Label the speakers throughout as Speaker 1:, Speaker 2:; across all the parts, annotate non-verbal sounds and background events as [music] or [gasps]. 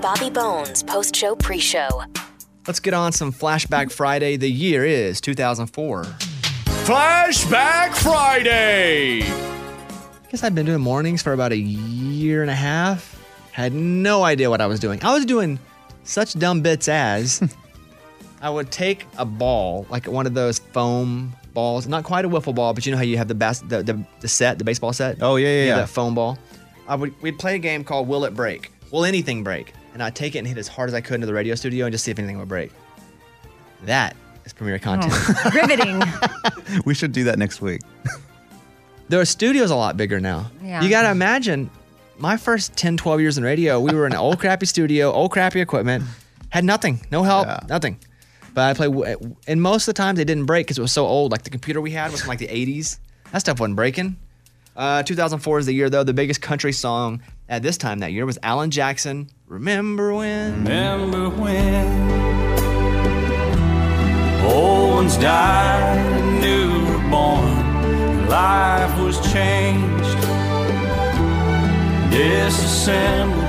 Speaker 1: Bobby Bones post show pre show.
Speaker 2: Let's get on some Flashback Friday. The year is 2004.
Speaker 3: Flashback Friday.
Speaker 2: I guess I've been doing mornings for about a year and a half. Had no idea what I was doing. I was doing such dumb
Speaker 3: [laughs]
Speaker 2: bits as I would take a ball, like one of those foam balls, not quite a wiffle ball, but you know how you have the bas- the, the, the set, the baseball set?
Speaker 3: Oh, yeah, yeah,
Speaker 2: You know,
Speaker 3: yeah.
Speaker 2: That foam ball. I would we'd play a game called Will It Break? Will anything break? And I'd take it and hit as hard as I could into the radio studio and just see if anything would break. That is premier content.
Speaker 4: Oh, [laughs]
Speaker 2: [laughs]
Speaker 4: Riveting.
Speaker 3: We should do that next week.
Speaker 2: their studio's a lot bigger now.
Speaker 4: Yeah.
Speaker 2: You got to imagine my first 10, 12 years in radio, we were in an old crappy studio, old crappy equipment, had nothing, no help,
Speaker 3: Yeah.
Speaker 2: nothing. But I played, and most of the times they didn't break because it was so old. Like the computer we had was from like the 80s. That stuff wasn't breaking. Uh, 2004 is the year, though. The biggest country song at this time that year was Alan Jackson, Remember When?
Speaker 5: Remember when old ones died and new were born, life was changed, disassembled,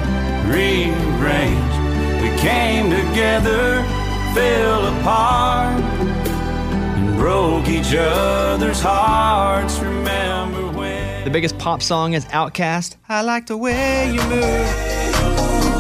Speaker 5: rearranged. We came together, fell apart, and broke each other's hearts. Remember when.
Speaker 2: The biggest pop song is Outcast. I like the way you move.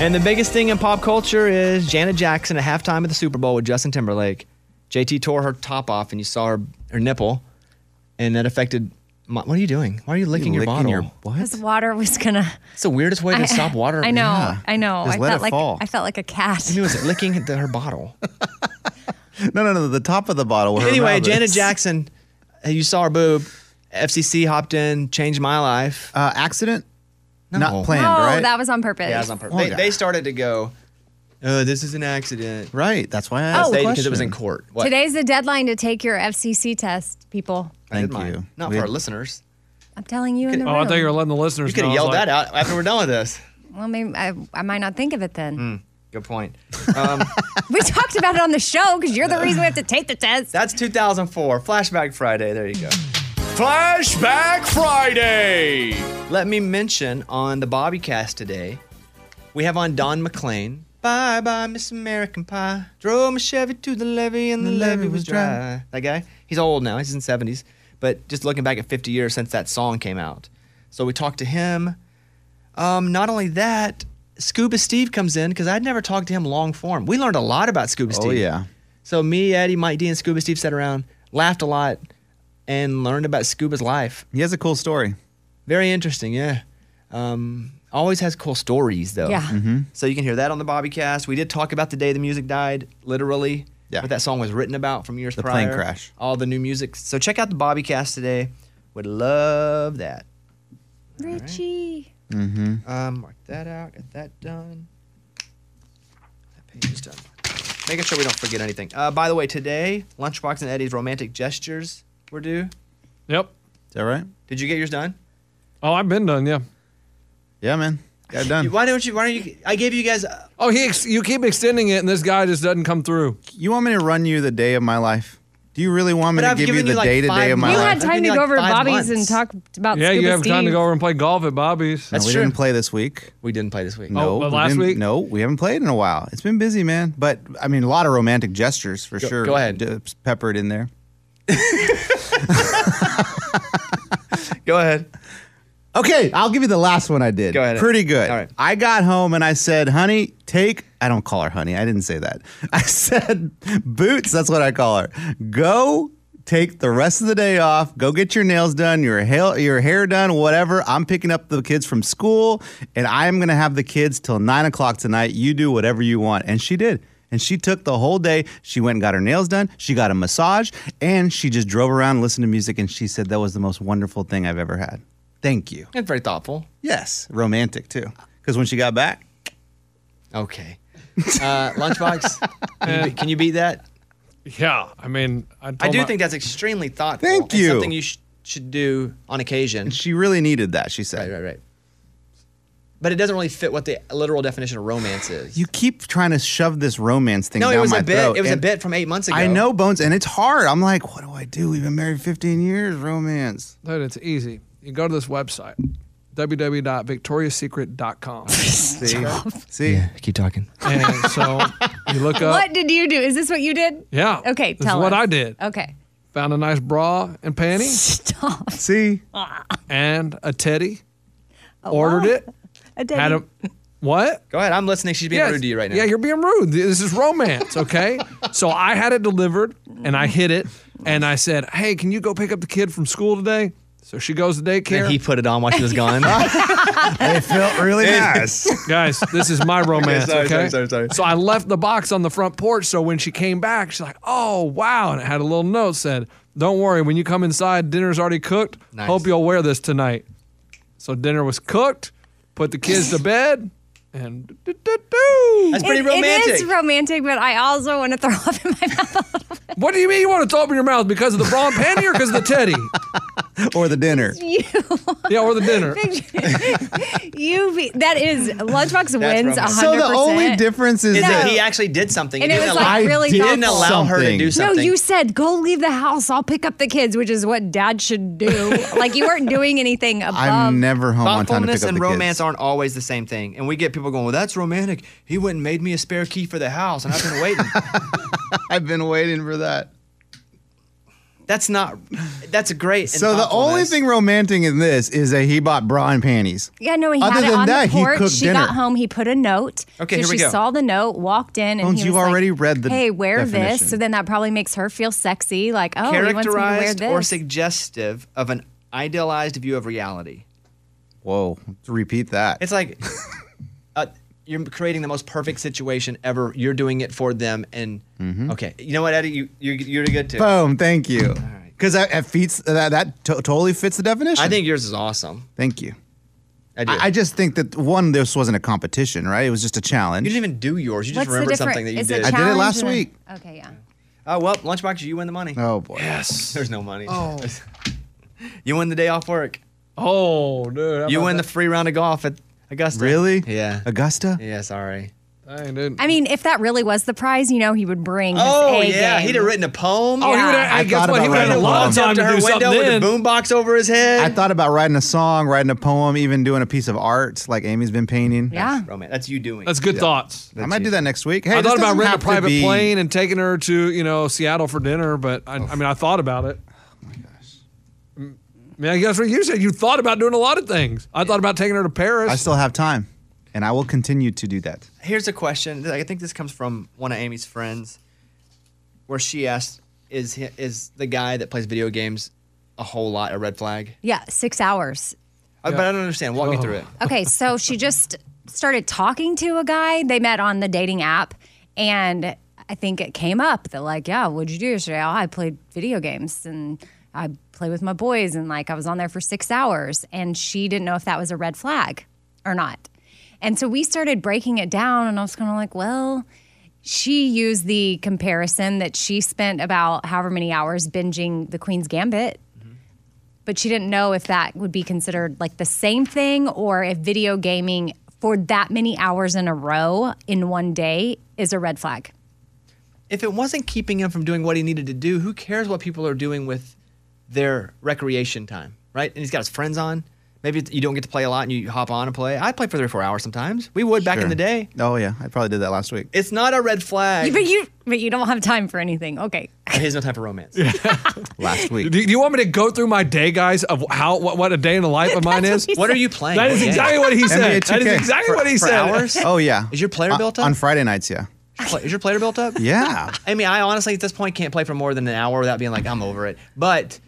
Speaker 2: And the biggest thing in pop culture is Janet Jackson at halftime of the Super Bowl with Justin Timberlake. JT tore her top off, and you saw her her nipple, and that affected. My, what are you doing? Why are you licking your bottle?
Speaker 4: Because water was gonna.
Speaker 2: it's the weirdest way to
Speaker 4: [laughs]
Speaker 2: stop water.
Speaker 4: I know.
Speaker 3: Yeah.
Speaker 4: I know.
Speaker 3: Just
Speaker 4: I
Speaker 3: let
Speaker 4: felt
Speaker 3: it
Speaker 4: like
Speaker 3: fall.
Speaker 4: I felt like a cat.
Speaker 2: He was licking the, her
Speaker 4: [laughs]
Speaker 2: bottle.
Speaker 3: No, no, no. The top of the bottle. where her
Speaker 2: anyway,
Speaker 3: mouth
Speaker 2: Janet
Speaker 3: is.
Speaker 2: Jackson, uh, you saw her boob. FCC hopped in, changed my life.
Speaker 3: Uh, accident?
Speaker 2: No.
Speaker 3: Not planned,
Speaker 4: oh,
Speaker 3: right?
Speaker 4: that was on purpose.
Speaker 2: Yeah, it was on purpose.
Speaker 3: Oh,
Speaker 2: they,
Speaker 3: yeah.
Speaker 2: they started to go. Oh, this is an accident.
Speaker 3: right. That's why I asked
Speaker 4: Oh.
Speaker 3: the
Speaker 2: They- because it was in
Speaker 3: question.
Speaker 2: court. What?
Speaker 4: Today's the deadline to take your FCC test, people.
Speaker 2: I
Speaker 3: Thank
Speaker 2: did mine.
Speaker 3: you.
Speaker 2: Not
Speaker 3: We
Speaker 2: for
Speaker 3: had-
Speaker 2: our listeners.
Speaker 4: I'm telling you in the
Speaker 6: Oh,
Speaker 4: room.
Speaker 6: I thought you were letting the listeners
Speaker 2: You could
Speaker 6: know.
Speaker 2: have
Speaker 6: I was
Speaker 2: yelled
Speaker 6: like,
Speaker 2: that out after we're done with this.
Speaker 4: well, maybe I, I might not think of it then.
Speaker 3: [laughs]
Speaker 2: Good point. Um,
Speaker 4: We talked about it on the show because
Speaker 2: [laughs]
Speaker 4: you're [laughs] the reason we have to take the test.
Speaker 2: that's 2004. Flashback Friday. There you go.
Speaker 3: Flashback Friday.
Speaker 2: Let me mention on the Bobbycast today, we have on Don McLean. Bye bye, Miss American Pie. Drove my Chevy to the levee and the, levee was dry. That guy, he's old now. He's in 70s. But just looking back at 50 years since that song came out. So we talked to him. Um, not only that, Scuba Steve comes in because I'd never talked to him long form. We learned a lot about Scuba Steve.
Speaker 3: Oh, yeah.
Speaker 2: So me, Eddie, Mike D, and Scuba Steve sat around, laughed a lot, and learned about Scuba's life.
Speaker 3: He has a cool story.
Speaker 2: Very interesting, yeah. Um, always has cool stories though.
Speaker 4: Yeah.
Speaker 3: Mm-hmm.
Speaker 4: Mhm.
Speaker 2: So you can hear that on the Bobbycast. We did talk about the day the music died, literally.
Speaker 3: Yeah.
Speaker 2: What that song was written about from years
Speaker 3: The
Speaker 2: prior.
Speaker 3: plane crash.
Speaker 2: All the new music. So check out the Bobbycast today. Would love that.
Speaker 4: Richie.
Speaker 3: Mm-hmm.
Speaker 2: Um, mark that out. Get that done. That page is done. Making sure we don't forget anything. Uh, by the way, today Lunchbox and Eddie's romantic gestures were due.
Speaker 6: Yep.
Speaker 3: [laughs] Is that right?
Speaker 2: Did you get yours done?
Speaker 6: Oh, I've been done. Yeah.
Speaker 3: Yeah, man. Got it done.
Speaker 2: Why don't you? Why don't you? I gave you guys. Uh,
Speaker 6: Oh, he ex- you keep extending it, and this guy just doesn't come through.
Speaker 3: You want me to run you the day of my life? Do you really want me
Speaker 2: But
Speaker 3: to
Speaker 2: I've
Speaker 3: give you
Speaker 2: given you,
Speaker 3: the
Speaker 2: like,
Speaker 3: day to
Speaker 2: five
Speaker 3: day of my
Speaker 2: minutes.
Speaker 4: You
Speaker 3: life?
Speaker 4: had time to
Speaker 2: Like
Speaker 4: go over to
Speaker 2: five
Speaker 4: Bobby's and
Speaker 2: months.
Speaker 4: talk about
Speaker 6: Yeah,
Speaker 4: Scuba
Speaker 6: you have
Speaker 4: Steve.
Speaker 6: time to go over and play golf at Bobby's.
Speaker 3: No,
Speaker 2: That's
Speaker 3: we
Speaker 2: true.
Speaker 3: didn't play this week.
Speaker 2: We didn't play this week.
Speaker 3: No,
Speaker 6: but
Speaker 3: we
Speaker 6: last
Speaker 3: didn't-
Speaker 6: week?
Speaker 3: No, we haven't played in a while. It's been busy, man. But I mean, a lot of romantic gestures for sure.
Speaker 2: go ahead.
Speaker 3: d- peppered in there.
Speaker 2: [laughs] Go ahead.
Speaker 3: Okay, I'll give you the last one I did.
Speaker 2: Go ahead.
Speaker 3: Pretty good.
Speaker 2: All right.
Speaker 3: I got home and I said, honey, take, I don't call her honey. I didn't say that. [laughs] I said, boots, that's what I call her. Go take the rest of the day off. Go get your nails done, your hair, your hair done, whatever. I'm picking up the kids from school and I am going to have the kids till nine o'clock tonight. You do whatever you want. And she did. And she took the whole day. She went and got her nails done. She got a massage and she just drove around, and listened to music. And she said, that was the most wonderful thing I've ever had. Thank you.
Speaker 2: That's very thoughtful.
Speaker 3: Yes, romantic too. Because when she got back,
Speaker 2: Okay. Uh, lunchbox, can, you be, can you beat that?
Speaker 6: Yeah. I mean, I,
Speaker 2: I
Speaker 6: told
Speaker 2: do
Speaker 6: my-
Speaker 2: think that's extremely thoughtful.
Speaker 3: Thank
Speaker 2: and
Speaker 3: you.
Speaker 2: Something you sh- should do on occasion.
Speaker 3: she really needed that. She said,
Speaker 2: Right, right, right. but it doesn't really fit what the literal definition of romance is.
Speaker 3: You keep trying to shove this romance thing
Speaker 2: no,
Speaker 3: down
Speaker 2: it was
Speaker 3: my
Speaker 2: a bit.
Speaker 3: throat,
Speaker 2: It was a
Speaker 3: and
Speaker 2: bit from eight months ago.
Speaker 3: I know Bones, and it's hard. I'm like, what do I do? We've been married 15 years, romance.
Speaker 6: Dude, it's easy. You go to this website, www.victoriassecret.com.
Speaker 3: [laughs] See, see,
Speaker 2: Keep talking.
Speaker 6: and so you look up.
Speaker 4: What did you do? Is this what you did?
Speaker 6: Yeah.
Speaker 4: Okay,
Speaker 6: That's
Speaker 4: tell
Speaker 6: what
Speaker 4: us. Oh.
Speaker 6: I did.
Speaker 4: Okay.
Speaker 6: Found a nice bra and
Speaker 4: [laughs]
Speaker 6: panty
Speaker 4: Stop.
Speaker 3: see.
Speaker 6: [laughs] and a teddy. ordered it.
Speaker 4: A daddy.
Speaker 6: Had a what?
Speaker 2: Go ahead. I'm listening. She's being
Speaker 6: Yes.
Speaker 2: rude to you right now.
Speaker 6: Yeah, you're being rude. This is romance, okay? so I had it delivered and I hit it and I said, Hey, can you go pick up the kid from school today? So she goes to daycare.
Speaker 2: And he put it on while she
Speaker 4: [laughs]
Speaker 6: [laughs]
Speaker 2: was [laughs] gone.
Speaker 3: It felt really nice.
Speaker 6: Guys, this is
Speaker 2: [laughs]
Speaker 6: my romance.
Speaker 2: sorry,
Speaker 6: okay?
Speaker 2: sorry, sorry, sorry.
Speaker 6: So I left the box on the front porch. So when she came back, she's like, "Oh wow!" And it had a little note said, "Don't worry, when you come inside, dinner's already cooked.
Speaker 2: Nice.
Speaker 6: Hope you'll wear this tonight." So dinner was cooked. Put the kids to bed, and do-do-do.
Speaker 2: That's pretty
Speaker 4: It-
Speaker 2: romantic.
Speaker 4: It is romantic, but I also want to throw up in my mouth.
Speaker 6: what do you mean you want to open your mouth because of the bra and panty or because of the teddy?
Speaker 3: [laughs] or the dinner.
Speaker 4: [laughs] You,
Speaker 6: Yeah, or
Speaker 4: [laughs]
Speaker 6: the dinner.
Speaker 4: you be, that is Lunchbox wins
Speaker 2: romantic.
Speaker 4: 100%.
Speaker 3: So the only difference is
Speaker 2: Is
Speaker 4: No.
Speaker 2: that
Speaker 3: that
Speaker 2: he actually did something.
Speaker 4: And
Speaker 2: He
Speaker 4: it
Speaker 2: didn't
Speaker 4: was, like,
Speaker 2: allow-
Speaker 3: I
Speaker 4: really
Speaker 3: did
Speaker 2: didn't allow her to
Speaker 3: something.
Speaker 2: do
Speaker 4: No,
Speaker 2: something.
Speaker 4: you said go leave the house. I'll pick up the kids, which is what dad should
Speaker 3: [laughs]
Speaker 4: do. like you weren't doing anything above.
Speaker 3: I'm never home on time to pick
Speaker 2: Thoughtfulness
Speaker 3: up
Speaker 2: and
Speaker 3: the
Speaker 2: romance
Speaker 3: kids.
Speaker 2: aren't always the same thing. And we get people going, well, that's romantic. He went and made me a spare key for the house, and I've been waiting.
Speaker 3: [laughs] I've been waiting for that.
Speaker 2: that's not, that's great. in
Speaker 3: So the only
Speaker 2: thoughtfulness.
Speaker 3: thing romantic in this is that he bought bra and panties.
Speaker 4: yeah, no, he
Speaker 3: Other
Speaker 4: had it
Speaker 3: than
Speaker 4: on
Speaker 3: that,
Speaker 4: the
Speaker 3: he
Speaker 4: porch.
Speaker 3: cooked
Speaker 4: she
Speaker 3: dinner.
Speaker 4: got home. He put a note. so
Speaker 2: Okay, here
Speaker 4: she
Speaker 2: we go.
Speaker 4: saw the note, walked in, and
Speaker 3: Bones,
Speaker 4: he
Speaker 3: you've
Speaker 4: was like,
Speaker 3: Oh, already read the
Speaker 4: Hey, wear
Speaker 3: definition.
Speaker 4: this. So then that probably makes her feel sexy. Like, oh, he wants me to wear
Speaker 2: characterized
Speaker 4: this.
Speaker 2: or suggestive of an idealized view of reality.
Speaker 3: Whoa, to repeat that. [laughs]
Speaker 2: It's like uh, you're creating the most perfect situation ever. You're doing it for them, and okay, you know what, Eddie, you you're, you're good too.
Speaker 3: Mm-hmm. Boom, thank you. Because that, that fits that, that to- totally fits the definition.
Speaker 2: I think yours is awesome.
Speaker 3: Thank you.
Speaker 2: I do.
Speaker 3: I, I just think that one, this wasn't a competition, right? It was just a challenge.
Speaker 2: you didn't even do yours. You just
Speaker 4: What's the
Speaker 2: remembered
Speaker 4: difference?
Speaker 2: something that you
Speaker 4: It's a
Speaker 2: did.
Speaker 3: I did it
Speaker 4: challenge
Speaker 3: last
Speaker 4: and a-
Speaker 3: week.
Speaker 4: Okay, yeah.
Speaker 2: Oh well, lunchbox, you win the money.
Speaker 3: oh boy. [laughs]
Speaker 2: There's no money. Oh. [laughs] you win the day off work.
Speaker 6: Oh, dude. how
Speaker 2: You
Speaker 6: about
Speaker 2: win the
Speaker 6: that?
Speaker 2: free round of golf at Augusta.
Speaker 3: Really?
Speaker 2: Yeah.
Speaker 3: Augusta?
Speaker 2: Yeah. Sorry.
Speaker 6: Dang, dude.
Speaker 4: I mean, if that really was the prize, you know, he would bring. His
Speaker 2: Oh
Speaker 4: A
Speaker 2: yeah,
Speaker 4: game.
Speaker 2: he'd have written a poem.
Speaker 6: oh, he would
Speaker 3: I
Speaker 6: have. Guess
Speaker 3: thought
Speaker 6: what? He
Speaker 3: about
Speaker 6: would have had
Speaker 3: writing
Speaker 6: a
Speaker 3: a
Speaker 6: lot of
Speaker 3: poem.
Speaker 6: time
Speaker 2: Up
Speaker 6: to
Speaker 2: to her
Speaker 6: do something.
Speaker 2: window with a
Speaker 6: Then.
Speaker 2: boombox over his head.
Speaker 3: I thought about writing a song, writing a poem, even doing a piece of art like Amy's been painting.
Speaker 4: Yeah.
Speaker 2: Romance. That's you doing.
Speaker 6: That's good thoughts.
Speaker 3: I might do that next week.
Speaker 6: I
Speaker 3: Hey, this
Speaker 6: thought about
Speaker 3: doesn't
Speaker 6: renting a
Speaker 3: have to
Speaker 6: private
Speaker 3: be-
Speaker 6: plane and taking her to you know Seattle for dinner, but I, I mean I thought about it. Oh my gosh! I mean, I guess what you said you thought about doing a lot of things. I thought about taking her to Paris.
Speaker 3: I still have time, and I will continue to do that.
Speaker 2: Here's a question. I think this comes from one of Amy's friends, where she asked, "Is he, is the guy that plays video games a whole lot a red flag?"
Speaker 4: Yeah, six hours.
Speaker 2: Uh, But I don't understand. Walk me through it.
Speaker 4: Okay, so she just started talking to a guy they met on the dating app, and I think it came up that like, yeah, what'd you do yesterday? Oh, I played video games and I play with my boys, and like I was on there for six hours, and she didn't know if that was a red flag or not, and so we started breaking it down, and I was kind of like, well. She used the comparison that she spent about however many hours binging The Queen's Gambit but she didn't know if that would be considered like the same thing or if video gaming for that many hours in a row in one day is a red flag.
Speaker 2: If it wasn't keeping him from doing what he needed to do, who cares what people are doing with their recreation time, right? And he's got his friends on. Maybe it's- you don't get to play a lot, and you hop on and play. I play for three or four hours sometimes. We would back
Speaker 3: Sure.
Speaker 2: in the day.
Speaker 3: Oh yeah, I probably did that last week.
Speaker 2: It's not a red
Speaker 4: [laughs]
Speaker 2: flag.
Speaker 4: But you but you don't have time for anything. Okay.
Speaker 2: He's no type of romance.
Speaker 6: [laughs]
Speaker 3: Last
Speaker 6: do,
Speaker 3: week.
Speaker 6: do you want me to go through my day, guys, of how what, what a day in the
Speaker 3: [laughs]
Speaker 6: life of mine is?
Speaker 2: What are you playing?
Speaker 6: That is
Speaker 2: Yeah.
Speaker 6: exactly what he said.
Speaker 3: NBA
Speaker 6: That is
Speaker 3: 2K.
Speaker 6: exactly what he
Speaker 2: for
Speaker 6: said.
Speaker 2: hours?
Speaker 6: [laughs]
Speaker 3: Oh yeah.
Speaker 2: Is your player
Speaker 3: On-
Speaker 2: built up?
Speaker 3: on Friday nights? Yeah.
Speaker 2: Pla- Is your player built up?
Speaker 3: [laughs] Yeah.
Speaker 2: I mean, I honestly at this point can't play for more than an hour without being like, I'm over it. But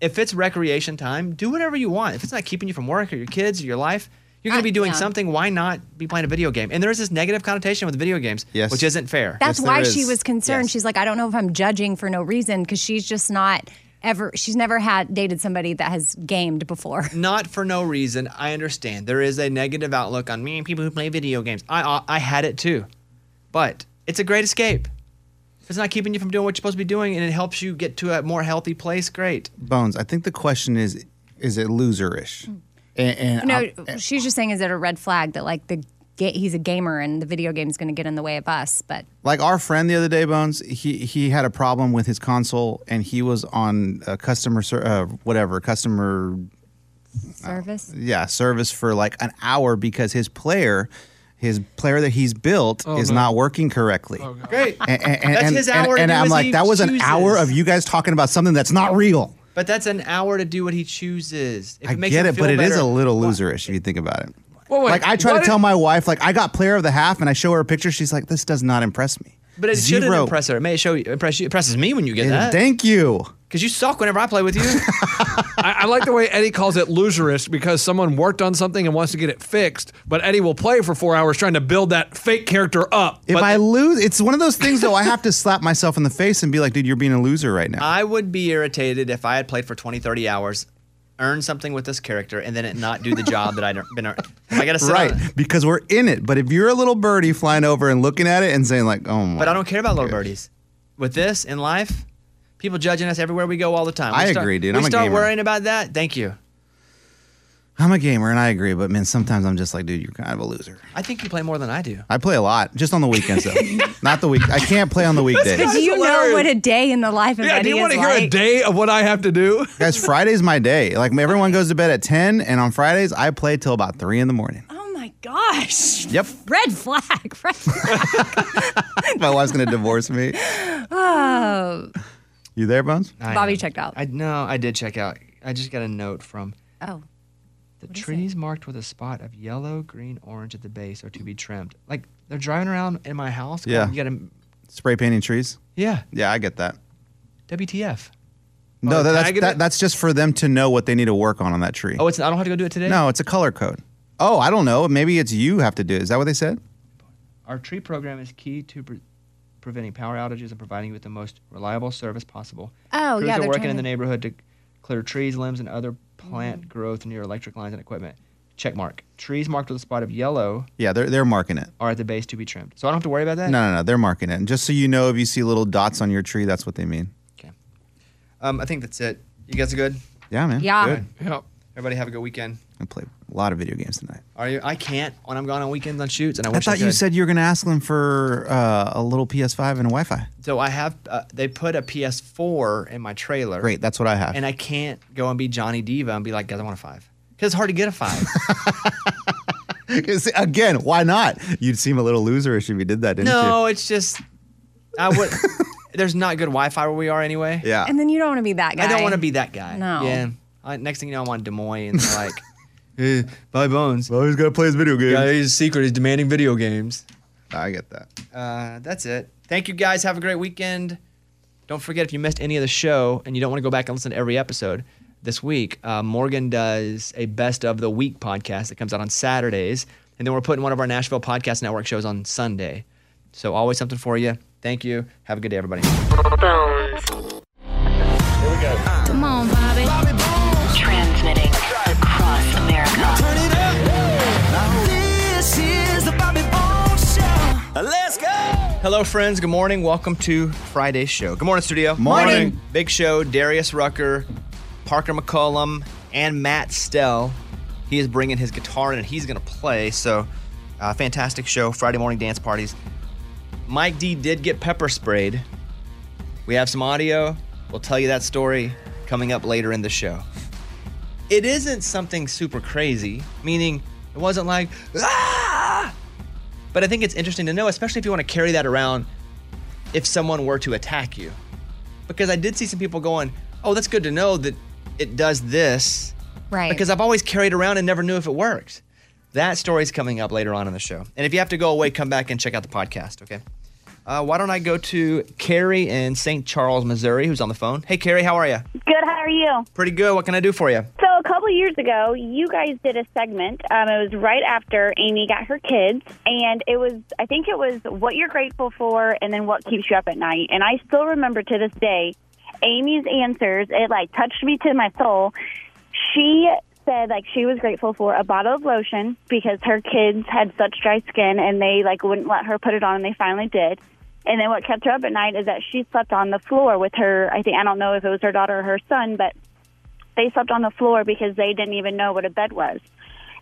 Speaker 2: if it's recreation time, do whatever you want. If it's not keeping you from work or your kids or your life, you're going
Speaker 4: I-
Speaker 2: to be doing
Speaker 4: yeah.
Speaker 2: something. Why not be playing a video game? And there is this negative connotation with video games,
Speaker 3: Yes.
Speaker 2: which isn't fair.
Speaker 4: That's
Speaker 3: Yes, there
Speaker 4: why she
Speaker 3: is.
Speaker 4: was concerned.
Speaker 2: Yes.
Speaker 4: She's like, I don't know if I'm judging for no reason because she's just not ever she's never had dated somebody that has gamed before.
Speaker 2: not for no reason. I understand there is a negative outlook on me and people who play video games. I I had it too, but it's a great escape. If it's not keeping you from doing what you're supposed to be doing, and it helps you get to a more healthy place, great.
Speaker 3: Bones. I think the question is, is it loserish? And,
Speaker 4: [laughs]
Speaker 3: and
Speaker 4: No,
Speaker 3: I'll-
Speaker 4: she's just saying is it a red flag that like the ga- he's a gamer and the video game's going to get in the way of us? But
Speaker 3: like our friend the other day, Bones, he he had a problem with his console, and he was on a customer ser- uh, whatever customer
Speaker 4: service.
Speaker 3: yeah service for like an hour because his player, his player that he's built is
Speaker 6: Oh, no. Oh,
Speaker 3: not working correctly.
Speaker 2: Great.
Speaker 3: And, and, and,
Speaker 2: That's
Speaker 3: and-
Speaker 2: his hour to
Speaker 3: and
Speaker 2: do
Speaker 3: I'm
Speaker 2: as
Speaker 3: like,
Speaker 2: he
Speaker 3: that was an hour
Speaker 2: chooses.
Speaker 3: of you guys talking about something that's not real.
Speaker 2: But that's an hour to do what he chooses. If
Speaker 3: I
Speaker 2: it makes
Speaker 3: get
Speaker 2: him
Speaker 3: it,
Speaker 2: feel
Speaker 3: but it is
Speaker 2: better-
Speaker 3: a little loserish if you think about it.
Speaker 6: Well, wait,
Speaker 3: like I try
Speaker 6: why
Speaker 3: to
Speaker 6: did-
Speaker 3: tell my wife, like I got player of the half, and I show her a picture. She's like, "This does not impress me."
Speaker 2: But it
Speaker 3: Zero.
Speaker 2: shouldn't impress her. It may show impress you. Impresses me when you get
Speaker 3: And
Speaker 2: that
Speaker 3: Thank you.
Speaker 2: because you suck whenever I play with you.
Speaker 6: [laughs] I, I like the way Eddie calls it loserist because someone worked on something and wants to get it fixed, but Eddie will play for four hours trying to build that fake character up.
Speaker 3: If
Speaker 6: but
Speaker 3: I lose, it's one of those things though. I have to slap myself in the face and be like, "Dude, you're being a loser right now."
Speaker 2: I would be irritated if I had played for 20, 30 hours, earned something with this character, and then it not
Speaker 3: [laughs]
Speaker 2: do the job that I'd been. ear- I gotta sit on
Speaker 3: right,
Speaker 2: it. [laughs]
Speaker 3: because we're in it. But if you're a little birdie flying over and looking at it and saying like, "Oh my,"
Speaker 2: But I don't care about little
Speaker 3: gosh.
Speaker 2: birdies. With this in life, people judging us everywhere we go all the time. We
Speaker 3: I
Speaker 2: start-
Speaker 3: agree, dude.
Speaker 2: We
Speaker 3: I'm a
Speaker 2: start
Speaker 3: gamer.
Speaker 2: worrying about that. Thank you.
Speaker 3: I'm a gamer and I agree, but man, sometimes I'm just like, "Dude, you're kind of a loser."
Speaker 2: I think you play more than I do.
Speaker 3: I play a lot, just on the weekends
Speaker 2: [laughs]
Speaker 3: though. not the week. I can't play on the weekdays.
Speaker 4: But do you know [laughs]
Speaker 6: hilarious.
Speaker 4: what a day in the life of
Speaker 6: yeah, do
Speaker 4: Eddie
Speaker 6: you
Speaker 4: is
Speaker 6: want to hear a
Speaker 4: like?
Speaker 6: day of what I have to do?
Speaker 3: [laughs] Guys, Friday's my day. Like everyone goes to bed at ten, and on Fridays I play till about three in the morning.
Speaker 4: Oh my gosh.
Speaker 3: Yep,
Speaker 4: Red flag. Red flag.
Speaker 3: [laughs] my wife's gonna divorce me.
Speaker 4: oh.
Speaker 3: You there, Bones?
Speaker 4: Bobby checked out.
Speaker 2: I no, I did check out. I just got a note from
Speaker 4: oh.
Speaker 2: the trees marked with a spot of yellow, green, orange at the base are to be trimmed. Like they're driving around in my house.
Speaker 3: Yeah.
Speaker 2: You gotta.
Speaker 3: Spray painting trees.
Speaker 2: Yeah.
Speaker 3: Yeah, I get that.
Speaker 2: WTF?
Speaker 3: No, that, that's
Speaker 6: tagging
Speaker 3: that,
Speaker 6: it?
Speaker 3: that's just for them to know what they need to work on on that tree.
Speaker 2: Oh, it's. I don't have to go do it today.
Speaker 3: no, it's a color code. Oh, I don't know. Maybe it's you have to do. It. Is that what they said?
Speaker 2: Our tree program is key to pre- preventing power outages and providing you with the most reliable service possible.
Speaker 4: Oh,
Speaker 2: Crews
Speaker 4: yeah,
Speaker 2: are
Speaker 4: they're trying
Speaker 2: working in
Speaker 4: to- Mm-hmm.
Speaker 2: the neighborhood to clear trees, limbs, and other plant growth near electric lines and equipment. Check mark. Trees marked with a spot of yellow
Speaker 3: Yeah, they're they're marking it.
Speaker 2: are at the base to be trimmed. So I don't have to worry about that.
Speaker 3: No, no, no, they're marking it. And just so you know, if you see little dots on your tree, that's what they mean.
Speaker 2: Okay. Um, I think that's it. You guys are good.
Speaker 3: Yeah, man.
Speaker 4: Yeah.
Speaker 3: Good.
Speaker 6: yeah.
Speaker 2: Everybody have a good weekend.
Speaker 3: I play a lot of video games tonight.
Speaker 2: Are you? I can't when I'm gone on weekends on shoots, and I
Speaker 3: I
Speaker 2: wish I,
Speaker 3: thought you
Speaker 2: could.
Speaker 3: said you were gonna ask them for uh, a little PS5 and a Wi-Fi.
Speaker 2: so. I have. Uh, they put a PS4 in my trailer.
Speaker 3: Great, that's what I have.
Speaker 2: and I can't go and be Johnny Diva and be like, guys, I want a five. Because it's hard to get
Speaker 3: [laughs]
Speaker 2: a five.
Speaker 3: See, Again, why not? You'd seem a little loserish if you did that, didn't
Speaker 2: no, it's just, I
Speaker 3: [laughs]
Speaker 2: would, there's not good Wi Fi where we are anyway.
Speaker 3: you? Yeah.
Speaker 4: And then you don't want to be that guy.
Speaker 2: I don't want to be that guy.
Speaker 4: No.
Speaker 2: Yeah. I, next thing you know, I'm on Des Moines and they're like, hey, bye, Bones.
Speaker 3: well, he's gonna play his video games.
Speaker 2: his secret is demanding video games.
Speaker 3: I get that.
Speaker 2: Uh, that's it. Thank you guys. Have a great weekend. Don't forget if you missed any of the show and you don't want to go back and listen to every episode this week, uh, Morgan does a best of the week podcast that comes out on Saturdays. And then we're putting one of our Nashville Podcast Network shows on Sunday. So always something for you. Thank you. Have a good day, everybody.
Speaker 1: Bones.
Speaker 7: Come on, Bobby.
Speaker 1: Transmitting across America.
Speaker 8: This is the Bobby Bones Show. Let's go.
Speaker 2: Hello, friends. Good morning. Welcome to Friday's show. Good morning, studio.
Speaker 3: Morning.
Speaker 2: Big Show, Darius Rucker, Parker McCollum, and Matt Stell. He is bringing his guitar in and he's going to play. So, uh, fantastic show. Friday morning dance parties. Mike D did get pepper sprayed. We have some audio. We'll tell you that story coming up later in the show. It isn't something super crazy, meaning it wasn't like, ah! But I think it's interesting to know, especially if you want to carry that around if someone were to attack you. Because I did see some people going, oh, that's good to know that it does this.
Speaker 4: Right.
Speaker 2: Because I've always carried around and never knew if it worked. That story's coming up later on in the show. And if you have to go away, come back and check out the podcast, okay? Uh, why don't I go to Carrie in St. Charles, Missouri, who's on the phone? Hey, Carrie, how are you?
Speaker 9: Good. How are you?
Speaker 2: Pretty good. What can I do for you?
Speaker 9: So a couple years ago, you guys did a segment. Um, it was right after Amy got her kids, and it was I think it was what you're grateful for, and then what keeps you up at night. And I still remember to this day, Amy's answers. It like touched me to my soul. She said like she was grateful for a bottle of lotion because her kids had such dry skin and they like wouldn't let her put it on and they finally did. And then what kept her up at night is that she slept on the floor with her I think I don't know if it was her daughter or her son, but They slept on the floor because they didn't even know what a bed was.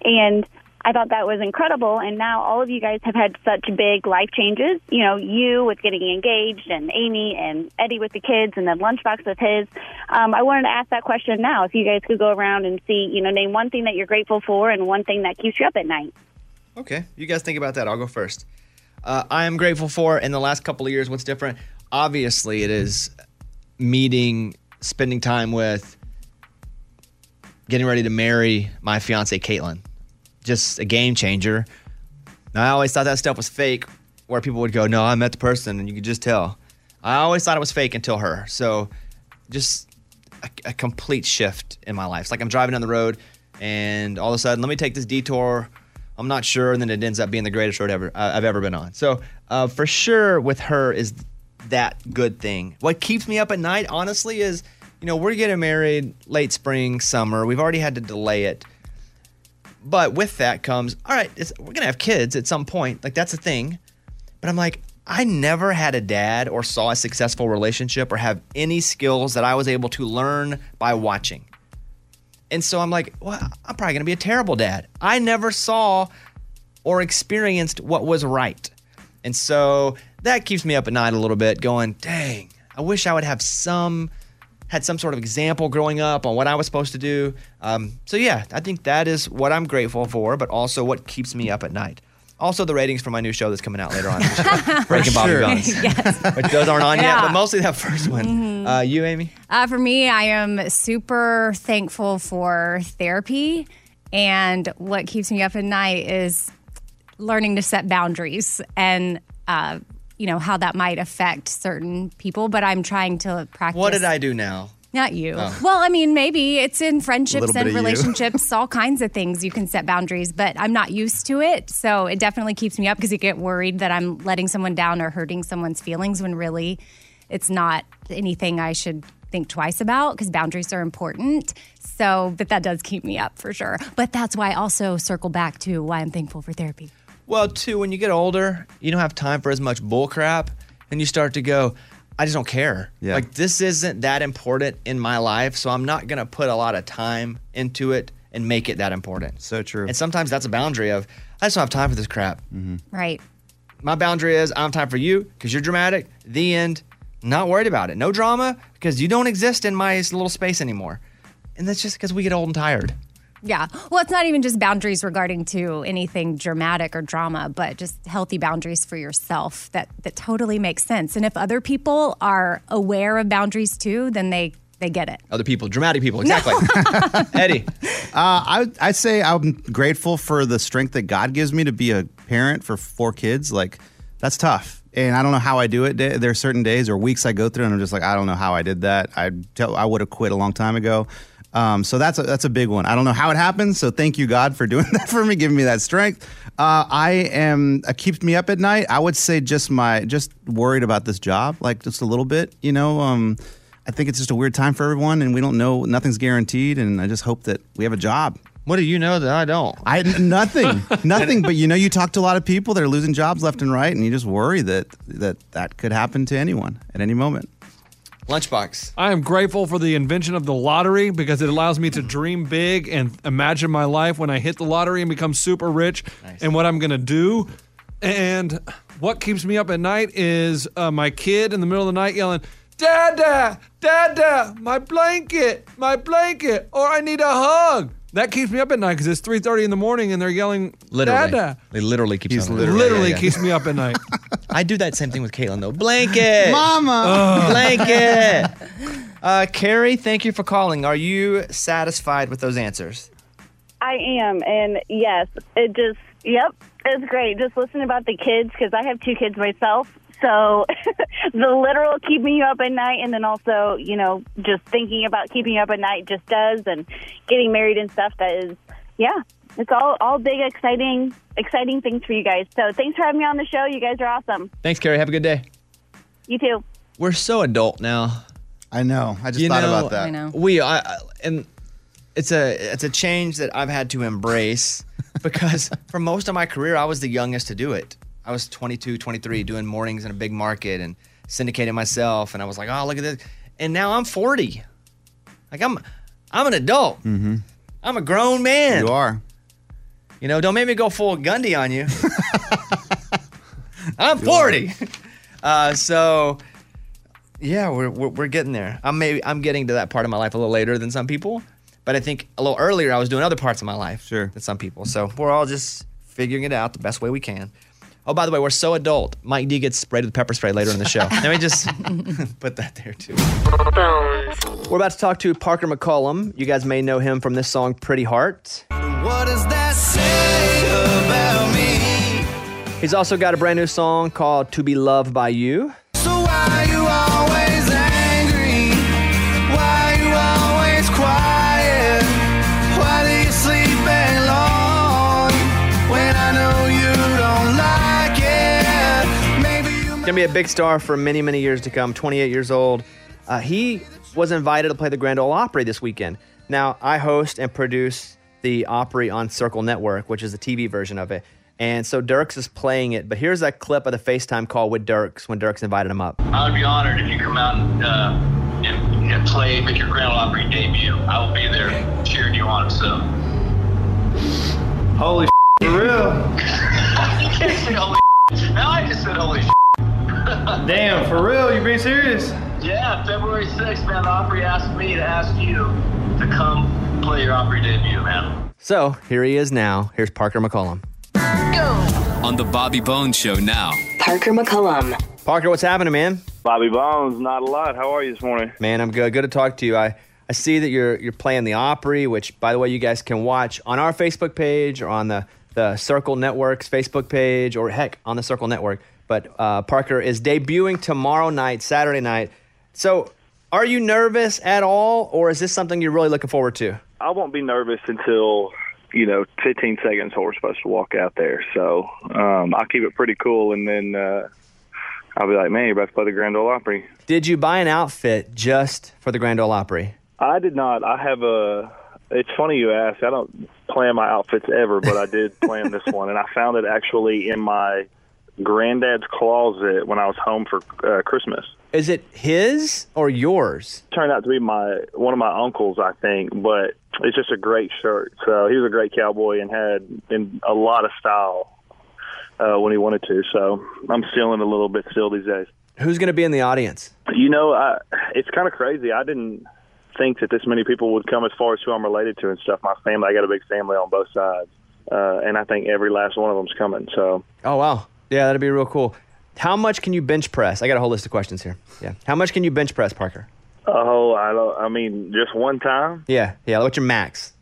Speaker 9: And I thought that was incredible. And now all of you guys have had such big life changes. You know, you with getting engaged, and Amy and Eddie with the kids, and then Lunchbox with his. Um, I wanted to ask that question now. If you guys could go around and see, you know, name one thing that you're grateful for and one thing that keeps you up at night.
Speaker 2: Okay, you guys think about that. I'll go first. Uh, I am grateful for in the last couple of years. What's different? Obviously, it is meeting, spending time with, getting ready to marry my fiance Caitlin. Just a game changer. Now, I always thought that stuff was fake, where people would go, "No, I met the person," and you could just tell. I always thought it was fake until her. So, just a, a complete shift in my life. It's like I'm driving down the road, and all of a sudden, let me take this detour. I'm not sure, and then it ends up being the greatest road ever uh, I've ever been on. So uh, for sure, with her is that good thing. What keeps me up at night, honestly, is you know we're getting married late spring, summer. We've already had to delay it, but with that comes all right. It's, we're gonna have kids at some point. Like that's a thing. But I'm like, I never had a dad or saw a successful relationship or have any skills that I was able to learn by watching. And so I'm like, well, I'm probably going to be a terrible dad. I never saw or experienced what was right. And so that keeps me up at night a little bit going, dang, I wish I would have some, had some sort of example growing up on what I was supposed to do. Um, so yeah, I think that is what I'm grateful for, but also what keeps me up at night. Also, the ratings for my new show that's coming out
Speaker 4: [laughs]
Speaker 2: later on, this year, Breaking Bobby
Speaker 3: sure.
Speaker 2: Bones, which those aren't on
Speaker 4: Yeah. Mm-hmm.
Speaker 2: yet, but mostly that first one. Uh, you, Amy?
Speaker 4: Uh, for me, I am super thankful for therapy. And what keeps me up at night is learning to set boundaries and, uh, you know, how that might affect certain people. But I'm trying to practice.
Speaker 2: What did I do now? Oh.
Speaker 4: Not you. Well, I mean, maybe it's in friendships
Speaker 3: Oh. Little
Speaker 4: and
Speaker 3: bit of you.
Speaker 4: relationships, all kinds of things you can set boundaries, but I'm not used to it. So it definitely keeps me up because you get worried that I'm letting someone down or hurting someone's feelings when really it's not anything I should think twice about because boundaries are important. So, but that does keep me up for sure. But that's why I also circle back to why I'm thankful for therapy.
Speaker 2: Well, too, when you get older, you don't have time for as much bull crap and you start to go, I just don't care.
Speaker 3: Yeah.
Speaker 2: Like this isn't that important in my life, so I'm not gonna put a lot of time into it and make it that important.
Speaker 3: So true. Mm-hmm.
Speaker 2: And sometimes that's a boundary of I just don't have time for this crap.
Speaker 4: Right.
Speaker 2: My boundary is I don't have time for you because you're dramatic. The end. Not worried about it. No drama because you don't exist in my little space anymore. And that's just because we get old and tired.
Speaker 4: Yeah. Well, it's not even just boundaries regarding to anything dramatic or drama, but just healthy boundaries for yourself that that totally makes sense. And if other people are aware of boundaries too, then they they get it.
Speaker 2: Other people, dramatic people, exactly. [laughs] Eddie,
Speaker 3: Uh, I I say I'm grateful for the strength that God gives me to be a parent for four kids. Like that's tough, and I don't know how I do it. There there are certain days or weeks I go through, and I'm just like, I don't know how I did that. I tell, I would have quit a long time ago. Um, so that's a, that's a big one. I don't know how it happens. So thank you God for doing [laughs] that for me, giving me that strength. Uh, I am it keeps me up at night. I would say just my just worried about this job, like just a little bit. You know. Um, I think it's just a weird time for everyone, and we don't know. Nothing's guaranteed, and I just hope that we have a job.
Speaker 2: what do you know that I don't?
Speaker 3: I n- [laughs] nothing, nothing. But you know, you talk to a lot of people that are losing jobs left and right, and you just worry that that that could happen to anyone at any moment.
Speaker 2: Lunchbox.
Speaker 6: I am grateful for the invention of the lottery because it allows me
Speaker 2: Mm.
Speaker 6: to dream big and imagine my life when I hit the lottery and become super rich and what I'm going to do. And what keeps me up at night is uh, my kid in the middle of the night yelling, Dada, Dada, my blanket, my blanket, or I need a hug. That keeps me up at night because it's 3.30 in the morning and they're yelling,
Speaker 2: Literally.
Speaker 6: Dada.
Speaker 2: They literally keep
Speaker 3: He's
Speaker 2: on-
Speaker 3: literally-
Speaker 6: Literally
Speaker 2: Yeah, yeah.
Speaker 6: keeps me up
Speaker 2: [laughs]
Speaker 6: at night.
Speaker 2: I do that same thing with Caitlin though. Blanket.
Speaker 3: Mama,
Speaker 2: Blanket. [laughs] Uh, Carrie, thank you for calling. Are you satisfied with those answers?
Speaker 9: I am, and yes, it just yep, it's great. Just listen about the kids because I have two kids myself, so [laughs] the literal keeping you up at night, and then also you know just thinking about keeping you up at night just does, and getting married and stuff. That is, yeah, it's all all big, exciting, exciting things for you guys. So thanks for having me on the show. You guys are awesome.
Speaker 2: Thanks, Carrie. Have a good day.
Speaker 9: You too.
Speaker 2: We're so adult now.
Speaker 3: I know. I just
Speaker 2: You
Speaker 3: thought
Speaker 2: know-
Speaker 3: about that.
Speaker 4: I know.
Speaker 2: We I, I- and it's a it's a change that I've had to
Speaker 3: [laughs]
Speaker 2: embrace because for most of my career I was the youngest to do it. I was 22, 23 doing mornings in a big market and syndicating myself and I was like, "Oh, look at this." And now I'm 40. Like I'm I'm an adult. Mm-hmm. I'm a grown man.
Speaker 3: You are.
Speaker 2: You know, don't make me go full Gundy
Speaker 3: [laughs]
Speaker 2: on you. I'm 40. [laughs] Uh, so, yeah, we're, we're, we're getting there. I'm maybe I'm getting to that part of my life a little later than some people, but I think a little earlier I was doing other parts of my life
Speaker 3: Sure.
Speaker 2: than some people. So we're all just figuring it out the best way we can. Oh, by the way, we're so adult. Mike D gets sprayed with pepper spray later in the show. Let
Speaker 4: [laughs]
Speaker 2: me just [laughs] put that there too.
Speaker 1: Bones.
Speaker 2: We're about to talk to Parker McCollum. You guys may know him from this song "Pretty Heart."
Speaker 8: What does that say about me?
Speaker 2: He's also got a brand new song called "To Be Loved by You."
Speaker 8: So why are you always angry? Why are you always quiet? Why do you sleep alone when I know you don't like it? Maybe you
Speaker 2: Gonna be a big star for many, many years to come. 28 years old. Uh, he was invited to play the Grand Ole Opry this weekend. Now, I host and produce the Opry on Circle Network, which is the TV version of it. And so Dirks is playing it. But here's that clip of the FaceTime call with Dirks when Dirks invited him up.
Speaker 7: I'd be honored if you come out and, uh, and, and play, make your Grand Ole Opry debut. I will be there cheering you on. So, holy [laughs] for real? you can't say [laughs] holy. [laughs] Now I just said holy. [laughs] Damn, for real? You being serious? Yeah, February 6th, man. The Opry asked me to ask you to come play your Opry debut, man.
Speaker 2: So here he is now. Here's Parker McCollum.
Speaker 10: on the Bobby Bones Show now.
Speaker 1: Parker McCollum.
Speaker 2: Parker, what's happening, man?
Speaker 11: Bobby Bones, not a lot. How are you this morning?
Speaker 2: Man, I'm good. Good to talk to you. I, I see that you're you're playing the Opry, which by the way, you guys can watch on our Facebook page or on the the Circle Network's Facebook page or heck on the Circle Network. But uh, Parker is debuting tomorrow night, Saturday night. So, are you nervous at all, or is this something you're really looking forward to?
Speaker 11: I won't be nervous until you know 15 seconds till we're supposed to walk out there. So um, I'll keep it pretty cool, and then uh, I'll be like, "Man, you're about to play the Grand Ole Opry."
Speaker 2: Did you buy an outfit just for the Grand Ole Opry?
Speaker 11: I did not. I have a. It's funny you ask. I don't plan my outfits ever, but I did plan this one, and I found it actually in my granddad's closet when I was home for uh, Christmas.
Speaker 2: Is it his or yours?
Speaker 11: turned out to be my one of my uncles, I think, but it's just a great shirt. So he was a great cowboy and had in a lot of style uh, when he wanted to. So I'm stealing a little bit still these days.
Speaker 2: Who's going to be in the audience?
Speaker 11: You know, I, it's kind of crazy. I didn't think that this many people would come as far as who I'm related to and stuff. My family, I got a big family on both sides, uh, and I think every last one of them's coming. So
Speaker 2: Oh wow, yeah, that'd be real cool. How much can you bench press? I got a whole list of questions here. Yeah, how much can you bench press, Parker?
Speaker 11: oh, I don't. I mean, just one time.
Speaker 2: Yeah, yeah. What's your max?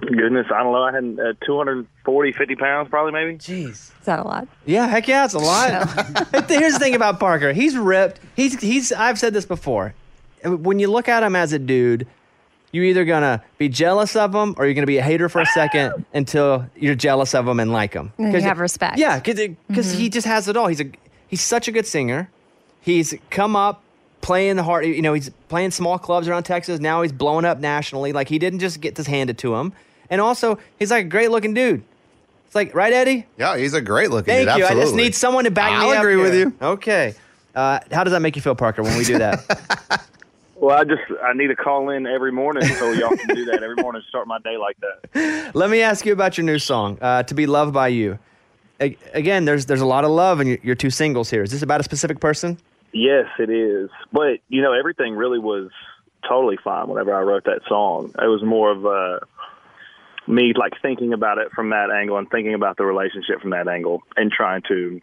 Speaker 11: Goodness, I don't know. I had uh, 240, 50 pounds, probably maybe.
Speaker 2: Jeez.
Speaker 4: Is that a lot?
Speaker 2: Yeah, heck yeah, it's
Speaker 4: [laughs]
Speaker 2: a [laughs] lot. Here's the thing about Parker. He's ripped. He's he's. I've said this before. When you look at him as a dude, you're either gonna be jealous of him or you're gonna be a hater for
Speaker 4: [gasps]
Speaker 2: a second until you're jealous of him and like him.
Speaker 4: And you
Speaker 2: 'Cause-
Speaker 4: have respect.
Speaker 2: Yeah, because he just has it all. He's a he's such a good singer. He's come up playing the hard. You know, he's playing small clubs around Texas. Now he's blowing up nationally. Like he didn't just get this handed to him. And also, he's like a great looking dude. It's like right, Eddie.
Speaker 3: Yeah, he's a great looking
Speaker 2: Thank
Speaker 3: dude.
Speaker 2: you.
Speaker 3: Absolutely.
Speaker 2: I just need someone to back me
Speaker 3: I'll
Speaker 2: up.
Speaker 3: agree with
Speaker 2: here.
Speaker 3: you.
Speaker 2: Okay. Uh, how does that make you feel, Parker, when we
Speaker 3: [laughs]
Speaker 2: do that?
Speaker 11: Well, I just I need to call in every morning so y'all can do that every morning. Start my day like that.
Speaker 2: Let me ask you about your new song, uh, "To Be Loved by You." A- again, there's there's a lot of love in your, your two singles here. Is this about a specific person?
Speaker 11: Yes, it is. But you know, everything really was totally fine whenever I wrote that song. It was more of uh, me like thinking about it from that angle and thinking about the relationship from that angle and trying to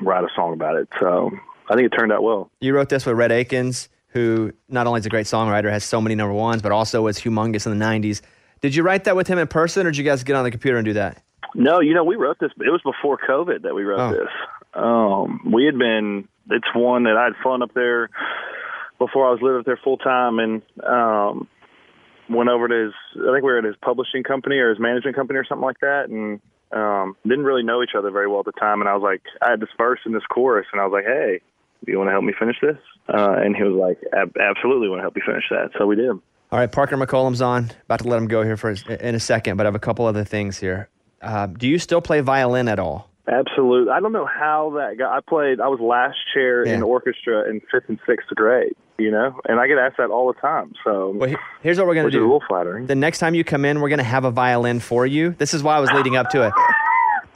Speaker 11: write a song about it. So I think it turned out well.
Speaker 2: You wrote this with Red Akins, who not only is a great songwriter, has so many number ones, but also was humongous in the 90s. Did you write that with him in person, or did you guys get on the computer and do that?
Speaker 11: No, you know, we wrote this. It was before COVID that we wrote
Speaker 2: Oh.
Speaker 11: this. Um, we had been. It's one that I had fun up there before I was living up there full time, and um, went over to his. I think we were at his publishing company or his management company or something like that, and um, didn't really know each other very well at the time. And I was like, I had this verse and this chorus, and I was like, Hey, do you want to help me finish this? Uh, and he was like, Ab- Absolutely, want to help you finish that. So we did.
Speaker 2: All right, Parker McCollum's on. About to let him go here for his, in a second, but I have a couple other things here. Uh, do you still play violin at all?
Speaker 11: Absolutely. I don't know how that got. I played. I was last chair in
Speaker 2: Yeah.
Speaker 11: orchestra in fifth and sixth grade. you know, and I get asked that all the time. So
Speaker 2: Well, he- here's what we're gonna
Speaker 11: which is a
Speaker 2: do.
Speaker 11: little flattering.
Speaker 2: The next time you come in, we're gonna have a violin for you. This is why I was leading up to it.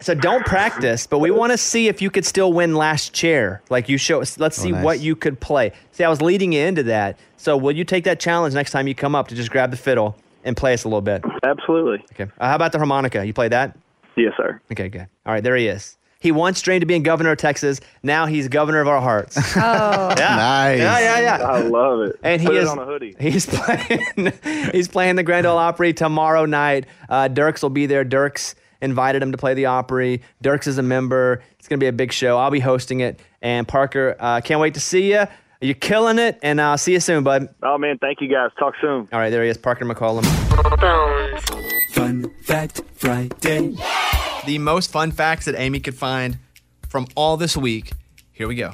Speaker 2: So don't practice, but we want to see if you could still win last chair. Like you show us, let's
Speaker 12: Oh,
Speaker 2: see
Speaker 12: nice.
Speaker 2: what you could play. See, I was leading you into that. So will you take that challenge next time you come up to just grab the fiddle and play us a little bit?
Speaker 11: Absolutely.
Speaker 2: Okay. Uh, how about the harmonica? You play that?
Speaker 11: Yes, sir.
Speaker 2: Okay, good. All right, there he is. He once dreamed of being governor of Texas. Now he's governor of our hearts.
Speaker 4: Oh.
Speaker 2: [laughs] Yeah.
Speaker 3: Nice.
Speaker 2: Yeah, yeah, yeah.
Speaker 11: I love it.
Speaker 2: And he
Speaker 11: Put
Speaker 2: is
Speaker 11: it on a hoodie.
Speaker 2: [laughs] He's playing. he's playing the Grand Ole Opry tomorrow night. Uh, Dirks will be there. Dirks invited him to play the Opry. Dirks is a member. It's gonna be a big show. I'll be hosting it. And Parker, uh, can't wait to see you. You're killing it, and I'll see you soon, bud.
Speaker 11: Oh man, thank you guys. Talk soon.
Speaker 2: All right, there he is, Parker McCollum.
Speaker 5: Fun Fact Friday.
Speaker 2: The most fun facts that Amy could find from all this week. Here we go.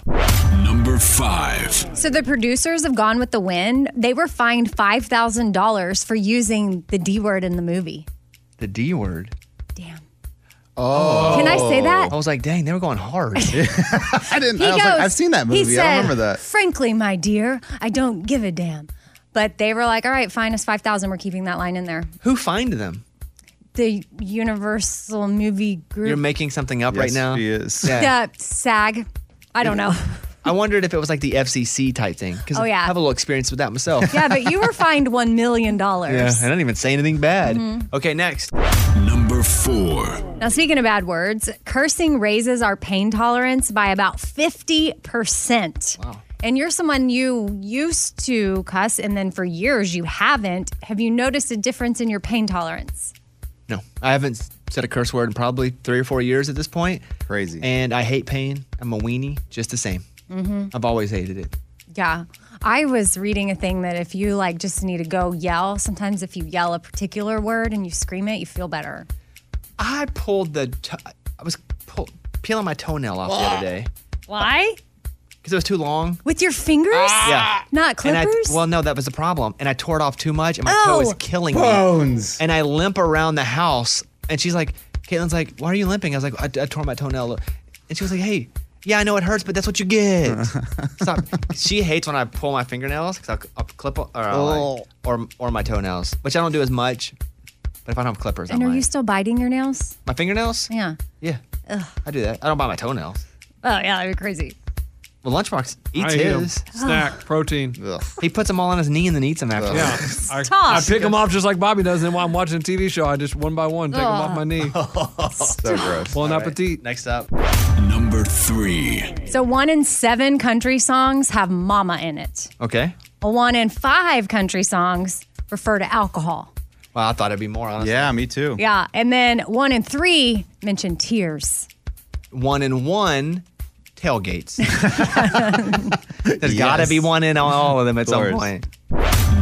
Speaker 10: Number five.
Speaker 4: So the producers of Gone with the Wind, they were fined five thousand dollars for using the D word in the movie.
Speaker 2: The D word.
Speaker 4: Damn.
Speaker 3: Oh.
Speaker 4: Can I say that?
Speaker 2: I was like, dang, they were
Speaker 4: [laughs]
Speaker 2: going hard.
Speaker 3: I didn't.
Speaker 4: He
Speaker 3: I was
Speaker 4: goes-
Speaker 3: like, I've seen that
Speaker 4: he
Speaker 3: movie. I remember
Speaker 4: said,
Speaker 3: that.
Speaker 4: Frankly, my dear, I don't give a damn. But they were like, all right, fine us five thousand. We're keeping that line in there.
Speaker 2: Who fined them?
Speaker 4: The Universal Movie Group.
Speaker 2: You're making something up
Speaker 3: Yes,
Speaker 2: right now.
Speaker 3: she is.
Speaker 2: Yeah.
Speaker 4: The SAG. I don't know.
Speaker 2: [laughs] I wondered if it was like the FCC type thing because
Speaker 4: Oh, yeah.
Speaker 2: I have a little experience with that myself.
Speaker 4: yeah,
Speaker 2: [laughs]
Speaker 4: but you were fined one million
Speaker 2: Yeah,
Speaker 4: dollars.
Speaker 2: I didn't even say anything bad.
Speaker 4: Mhm.
Speaker 2: Okay, next. Number four.
Speaker 4: Now, speaking of bad words, cursing raises our pain tolerance by about 50%. Wow. And you're someone you used to cuss, and then for years you haven't. Have you noticed a difference in your pain tolerance?
Speaker 2: No, I haven't s- said a curse word in probably three or four years at this point. Crazy. And I hate pain. I'm a weenie, just the same.
Speaker 4: Mm-hmm.
Speaker 2: I've always hated it.
Speaker 4: Yeah. I was reading a thing that if you like just need to go yell, sometimes if you yell a particular word and you scream it, you feel better.
Speaker 2: I pulled the. T- I was pull- peeling my toenail off the other day
Speaker 4: Why?
Speaker 2: because it was too long.
Speaker 4: With your fingers?
Speaker 2: Ah. Yeah.
Speaker 4: Not
Speaker 2: And I-
Speaker 4: clippers?
Speaker 2: well, no, that was the problem. And I tore it off too much, and my toe
Speaker 4: Oh.
Speaker 2: is killing
Speaker 3: Bones.
Speaker 2: me. And I limp around the house, and she's like, Caitlin's like, why are you limping? I was like, I, I tore my toenail. And she was like, hey, yeah, I know it hurts, but that's what
Speaker 5: [laughs]
Speaker 2: you get. Stop. She hates when I pull my fingernails because I'll, I'll clip or, I'll, like-
Speaker 4: Oh.
Speaker 2: or or my toenails, which I don't do as much. But if I don't have clippers,
Speaker 4: and
Speaker 2: I'm
Speaker 4: are
Speaker 2: like,
Speaker 4: you still biting your nails?
Speaker 2: my fingernails?
Speaker 4: Yeah.
Speaker 2: Yeah,
Speaker 4: Ugh.
Speaker 2: I do that. I don't buy my toenails.
Speaker 4: Oh, yeah, that'd be crazy.
Speaker 2: Well, Lunchbox eats
Speaker 6: I eat 'em.
Speaker 2: his. [sighs]
Speaker 6: Snack, protein.
Speaker 2: He puts them all on his knee and then eats them after.
Speaker 6: Yeah. I, I pick them off just like Bobby does, and while I'm watching a TV show, I just one by one take them off my
Speaker 2: [laughs]
Speaker 6: knee. so
Speaker 2: gross.
Speaker 6: Bon
Speaker 2: All right,
Speaker 6: appetit.
Speaker 2: Next up.
Speaker 10: Number three.
Speaker 4: So one in seven country songs have mama in it.
Speaker 2: Okay.
Speaker 4: One in five country songs refer to alcohol.
Speaker 2: Well, I thought it'd be more honestly. Yeah,
Speaker 3: me too.
Speaker 4: Yeah. And then one in three mention tears.
Speaker 2: One in one tailgates. There's got to be one in all of them at some
Speaker 10: course.
Speaker 2: point.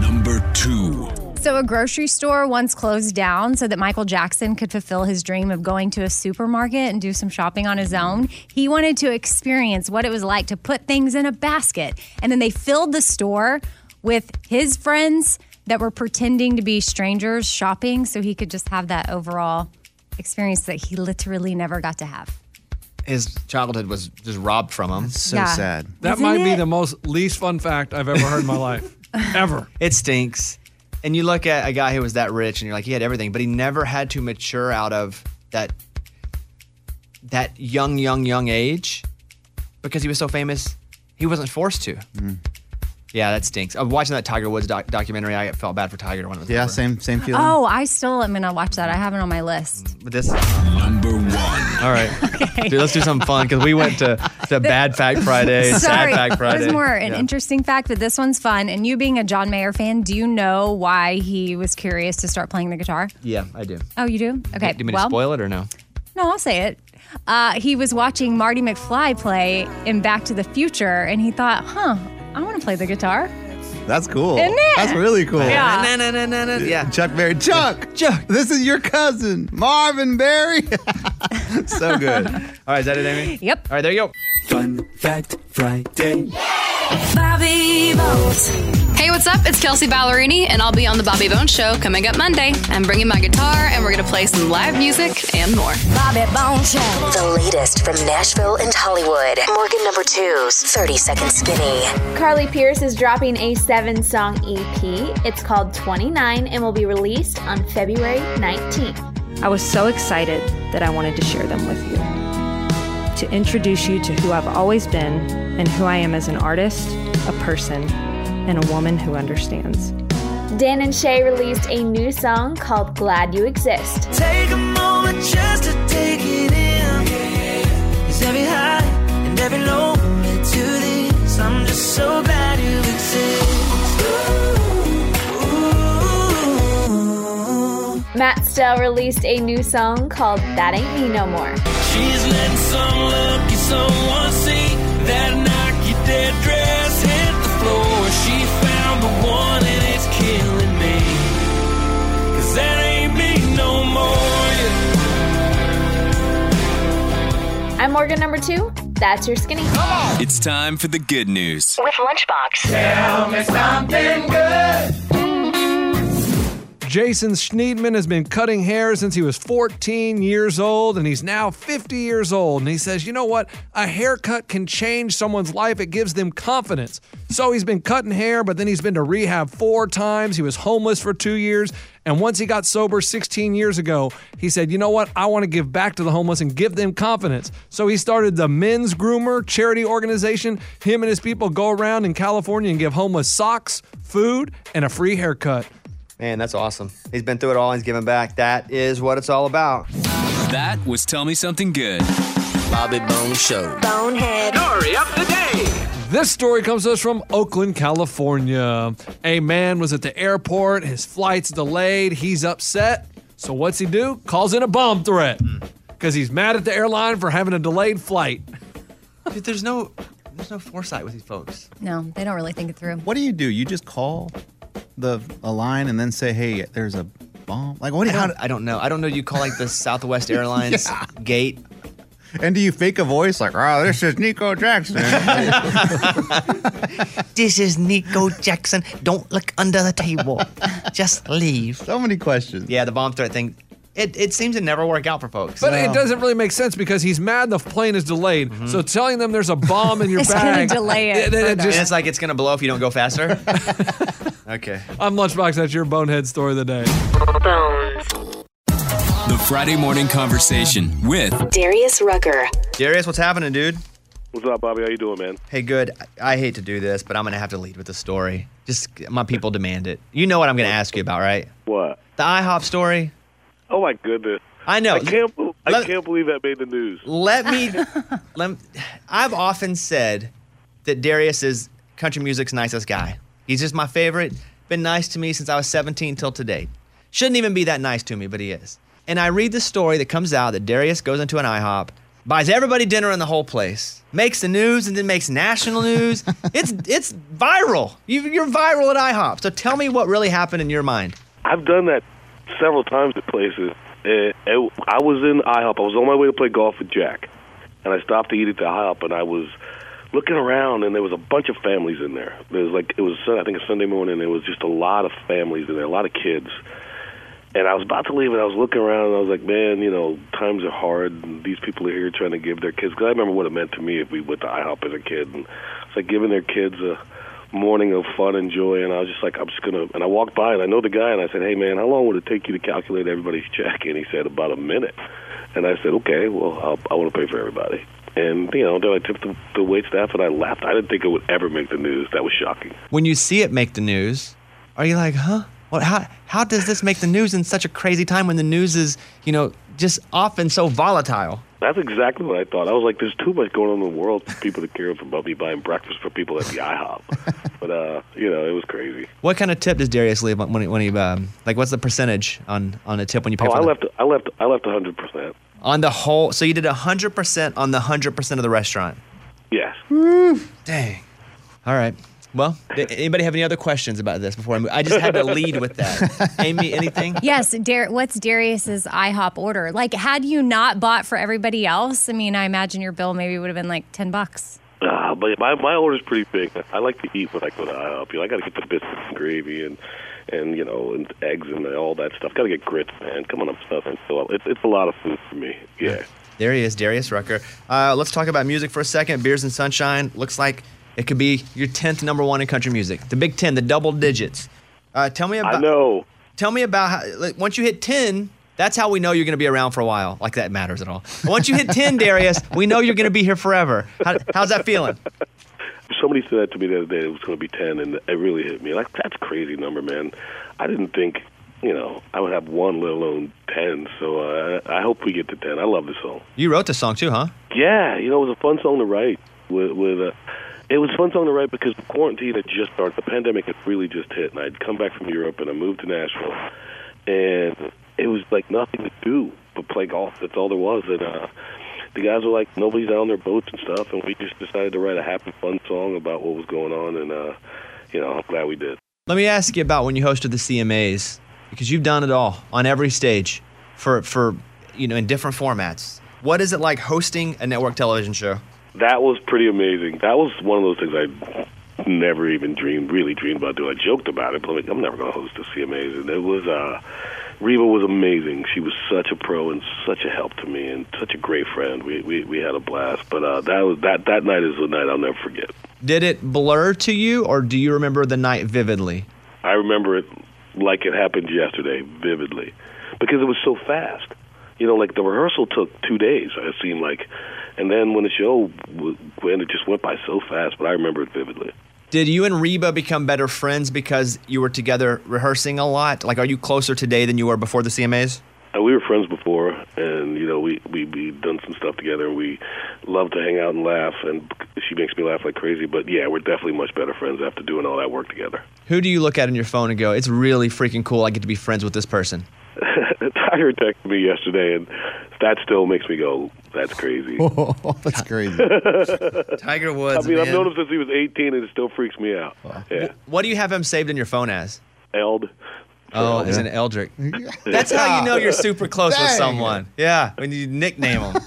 Speaker 10: Number two.
Speaker 4: So a grocery store once closed down so that Michael Jackson could fulfill his dream of going to a supermarket and do some shopping on his own. He wanted to experience what it was like to put things in a basket. And then they filled the store with his friends that were pretending to be strangers shopping so he could just have that overall experience that he literally never got to have.
Speaker 2: His childhood was just robbed from him.
Speaker 4: so Yeah. sad.
Speaker 6: That
Speaker 4: Isn't
Speaker 6: might be
Speaker 4: it?
Speaker 6: the most least fun fact I've ever
Speaker 4: [laughs]
Speaker 6: heard in my life. Ever.
Speaker 2: It stinks. And you look at a guy who was that rich and you're like, he had everything, but he never had to mature out of that that young, young, young age because he was so famous. He wasn't forced to.
Speaker 3: Mm.
Speaker 2: Yeah, that stinks. I'm watching that Tiger Woods doc- documentary. I felt bad for Tiger when it was
Speaker 3: Yeah,
Speaker 2: over.
Speaker 3: same same feeling.
Speaker 4: Oh, I still am going to watch that. I have it on my list.
Speaker 2: But this number one.
Speaker 4: [laughs]
Speaker 2: All right, dude, let's do something fun because we went to to Bad Fact
Speaker 4: [laughs]
Speaker 2: Friday,
Speaker 4: Sorry,
Speaker 2: Sad Fact Friday.
Speaker 4: It was more an
Speaker 2: Yeah.
Speaker 4: interesting fact, but this one's fun. And you being a John Mayer fan, do you know why he was curious to start playing the guitar?
Speaker 2: Yeah, I do.
Speaker 4: Oh, you do? Okay.
Speaker 2: Do you mean
Speaker 4: well,
Speaker 2: to spoil it or no?
Speaker 4: no, I'll say it. Uh, he was watching Marty McFly play in Back to the Future, and he thought, huh, I want to play the guitar.
Speaker 3: That's cool.
Speaker 4: Isn't it?
Speaker 3: That's really cool.
Speaker 4: Yeah.
Speaker 2: Yeah.
Speaker 3: Chuck Berry. Chuck. Chuck. This is your cousin, Marvin Berry. so
Speaker 4: [laughs]
Speaker 3: good.
Speaker 2: All right, is that it, Amy?
Speaker 4: Yep.
Speaker 2: All right, there you go.
Speaker 5: Fun Fact Friday.
Speaker 12: Bobby Bones. Hey, what's up? It's Kelsey Ballerini, and I'll be on The Bobby Bones Show coming up Monday. I'm bringing my guitar, and we're going to play some live music and more.
Speaker 13: Bobby Bones Show. The latest from Nashville and Hollywood. Morgan number two's 30 Second Skinny.
Speaker 14: Carly Pierce is dropping a seven song EP. It's called 29 and will be released on February 19th.
Speaker 15: I was so excited that I wanted to share them with you. To introduce you to who I've always been and who I am as an artist, a person, and a woman who understands.
Speaker 14: Dan and Shay released a new song called Glad You Exist.
Speaker 8: Take a moment just to take it in. 'Cause every high and every low led to this. I'm just so glad you exist. Ooh, ooh.
Speaker 14: Matt Stell released a new song called That Ain't Me No More.
Speaker 8: She's letting some lucky someone see that knock your dead dress hit the floor. She found the one and it's killing me. 'Cause that ain't me no more. yeah.
Speaker 14: I'm Morgan number two. That's your skinny.
Speaker 16: It's time for the good news.
Speaker 13: With Lunchbox.
Speaker 8: Tell me something good.
Speaker 6: Jason Schneidman has been cutting hair since he was 14 years old, and he's now 50 years old. And he says, you know what? A haircut can change someone's life, it gives them confidence. So he's been cutting hair, but then he's been to rehab four times. He was homeless for two years. And once he got sober 16 years ago, he said, you know what? I want to give back to the homeless and give them confidence. So he started the Men's Groomer charity organization. Him and his people go around in California and give homeless socks, food, and a free haircut.
Speaker 2: Man, that's awesome. He's been through it all. He's giving back. That is what it's all about.
Speaker 16: That was Tell Me Something Good.
Speaker 2: Bobby Bone Show.
Speaker 13: Bonehead. Story of the day.
Speaker 6: This story comes to us from Oakland, California. A man was at the airport, his flight's delayed, he's upset. So what's he do? Calls in a bomb threat
Speaker 2: Hmm.
Speaker 6: because he's mad at the airline for having a delayed flight.
Speaker 2: Dude, there's no there's no foresight with these folks.
Speaker 4: No, they don't really think it through.
Speaker 3: [laughs] What do you do? You just call the a line and then say, "Hey, there's a bomb." Like what? do you-
Speaker 2: I
Speaker 3: How,
Speaker 2: don't, I don't know. I don't know. You call like the Southwest
Speaker 3: [laughs]
Speaker 2: Airlines
Speaker 3: Yeah.
Speaker 2: gate.
Speaker 3: and do you fake a voice like, "Oh, this is Nico Jackson"?
Speaker 2: This is Nico Jackson. Don't look under the table. Just leave.
Speaker 3: So many questions.
Speaker 2: Yeah, the bomb threat thing. It, it seems to never work out for folks.
Speaker 6: But it doesn't really make sense because he's mad the plane is delayed.
Speaker 2: Mm-hmm.
Speaker 6: So telling them there's a bomb
Speaker 2: [laughs]
Speaker 6: in your bag, [laughs]
Speaker 2: And
Speaker 6: just,
Speaker 2: it's like it's gonna blow if you don't go faster. okay.
Speaker 6: I'm Lunchbox. That's your bonehead story of the day.
Speaker 16: The Friday Morning Conversation with
Speaker 13: Darius Rucker.
Speaker 2: Darius, what's happening, dude?
Speaker 17: What's up, Bobby? How you doing, man?
Speaker 2: Hey, good. I, I hate to do this, but I'm gonna have to lead with the story. Just my people demand it. You know what I'm gonna ask you about, right?
Speaker 17: What?
Speaker 2: The IHOP story.
Speaker 17: Oh my goodness.
Speaker 2: I know.
Speaker 17: I can't. be- I
Speaker 2: Let-
Speaker 17: can't believe that made the news.
Speaker 2: Let me. let I've often said that Darius is country music's nicest guy. He's just my favorite. Been nice to me since I was 17 till today. Shouldn't even be that nice to me, but he is. And I read the story that comes out that Darius goes into an IHOP, buys everybody dinner in the whole place, makes the news, and then makes national news. it's it's viral. You, you're viral at IHOP. So tell me what really happened in your mind.
Speaker 17: I've done that several times at places. Uh, it- I was in IHOP. I was on my way to play golf with Jack, and I stopped to eat at the IHOP, and I was looking around, and there was a bunch of families in there. There was like it was Sun- I think a Sunday morning. and There was just a lot of families in there, a lot of kids. And I was about to leave, and I was looking around, and I was like, "Man, you know, times are hard. And these people are here trying to give their kids." Because I remember what it meant to me if we went to IHOP as a kid, and it's like giving their kids a morning of fun and joy. And I was just like, "I'm just gonna." And I walked by, and I know the guy, and I said, "Hey, man, how long would it take you to calculate everybody's [laughs] check?" And he said, "About a minute." And I said, "Okay, well, I'll, I want to pay for everybody." And you know, then I tipped the, the wait staff, and I left. I didn't think it would ever make the news. That was shocking.
Speaker 2: when you see it make the news, are you like, huh? What? How? How does this make the news in such a crazy time when the news is, you know, just often so volatile?
Speaker 17: That's exactly what I thought. I was like, "There's too much going on in the world for people to care about me buying breakfast for people at the
Speaker 2: [laughs]
Speaker 17: IHOP." but uh, you know, it was crazy.
Speaker 2: What kind of tip does Darius leave when he, when he um, like? What's the percentage on on a tip when you pay
Speaker 17: Oh,
Speaker 2: for
Speaker 17: I
Speaker 2: the-
Speaker 17: left. I left. I left 100 percent.
Speaker 2: on the whole? So you did hundred percent on the hundred percent of the restaurant.
Speaker 17: Yes.
Speaker 2: Dang. All right. Well, a- anybody have any other questions about this before I move? I just had to lead
Speaker 17: [laughs]
Speaker 2: with that. Amy, anything?
Speaker 4: Yes, Dar- what's Darius's IHOP order? Like, had you not bought for everybody else, I mean, I imagine your bill maybe would have been like 10 bucks.
Speaker 17: Ah, but my my order's pretty big. I like to eat when I go to IHOP. You know, I got to get the biscuits and gravy and and you know and eggs and all that stuff. Got to get grits, man. Come on, I'm stuffing. So uh, it's it's a lot of food for me. Yeah.
Speaker 2: There he is, Darius Rucker. Uh, let's talk about music for a second. Beers and Sunshine looks like it could be your tenth number one in country music. The Big Ten, the double digits. Uh, tell me about. I
Speaker 17: know.
Speaker 2: Tell me about how. Like, once you hit ten, that's how we know you're going to be around for a while. Like that matters at all. [laughs] Once you hit ten,
Speaker 8: [laughs]
Speaker 2: Darius, we know you're going to be here forever. How, how's that feeling?
Speaker 17: Somebody said that to me the other day. It was going to be ten, and it really hit me. Like that's a crazy number, man. I didn't think, you know, I would have one, let alone ten. So uh, I hope we get to ten. I love the song.
Speaker 2: You wrote this song too, huh?
Speaker 17: Yeah, you know, it was a fun song to write. With, with uh, it was a fun song to write because quarantine had just started. The pandemic had really just hit, and I'd come back from Europe and I moved to Nashville, and it was like nothing to do but play golf. That's all there was, and uh, the guys were like, nobody's out on their boats and stuff, and we just decided to write a happy, fun song about what was going on, and uh, you know, I'm glad we did.
Speaker 2: Let me ask you about when you hosted the CMAs because you've done it all on every stage for for you know in different formats. What is it like hosting a network television show?
Speaker 17: That was pretty amazing. That was one of those things I never even dreamed, really dreamed about doing. I joked about it, but I'm like, I'm never going to host the CMAs. And it was, uh, Reba was amazing. She was such a pro and such a help to me and such a great friend. We, we, we had a blast. But uh, that, was, that, that night is the night I'll never forget.
Speaker 2: Did it blur to you, or do you remember the night vividly?
Speaker 17: I remember it like it happened yesterday, vividly, because it was so fast. You know, like the rehearsal took two days. It seemed like, and then when the show w- went, it just went by so fast. But I remember it vividly.
Speaker 2: Did you and Reba become better friends because you were together rehearsing a lot? Like, are you closer today than you were before the CMAs?
Speaker 17: Uh, we were friends before, and you know we we we done some stuff together. and We love to hang out and laugh, and she makes me laugh like crazy. But yeah, we're definitely much better friends after doing all that work together. [laughs]
Speaker 2: Who do you look at in your phone and go, "It's really freaking cool. I get to be friends with this person."
Speaker 17: Tiger texted me yesterday, and that still makes me go, "That's crazy."
Speaker 3: that's crazy.
Speaker 2: [laughs] Tiger
Speaker 17: I
Speaker 2: Woods.
Speaker 17: mean, I've
Speaker 2: man.
Speaker 17: known him since he was 18, and it still freaks me out. Yeah,
Speaker 2: What do you have him saved in your phone as?
Speaker 17: Eld.
Speaker 2: Oh, is
Speaker 17: [laughs]
Speaker 2: an Eldrick. That's how you know you're super close with
Speaker 17: Dang.
Speaker 2: someone. Yeah, when you nickname
Speaker 17: [laughs]
Speaker 2: them.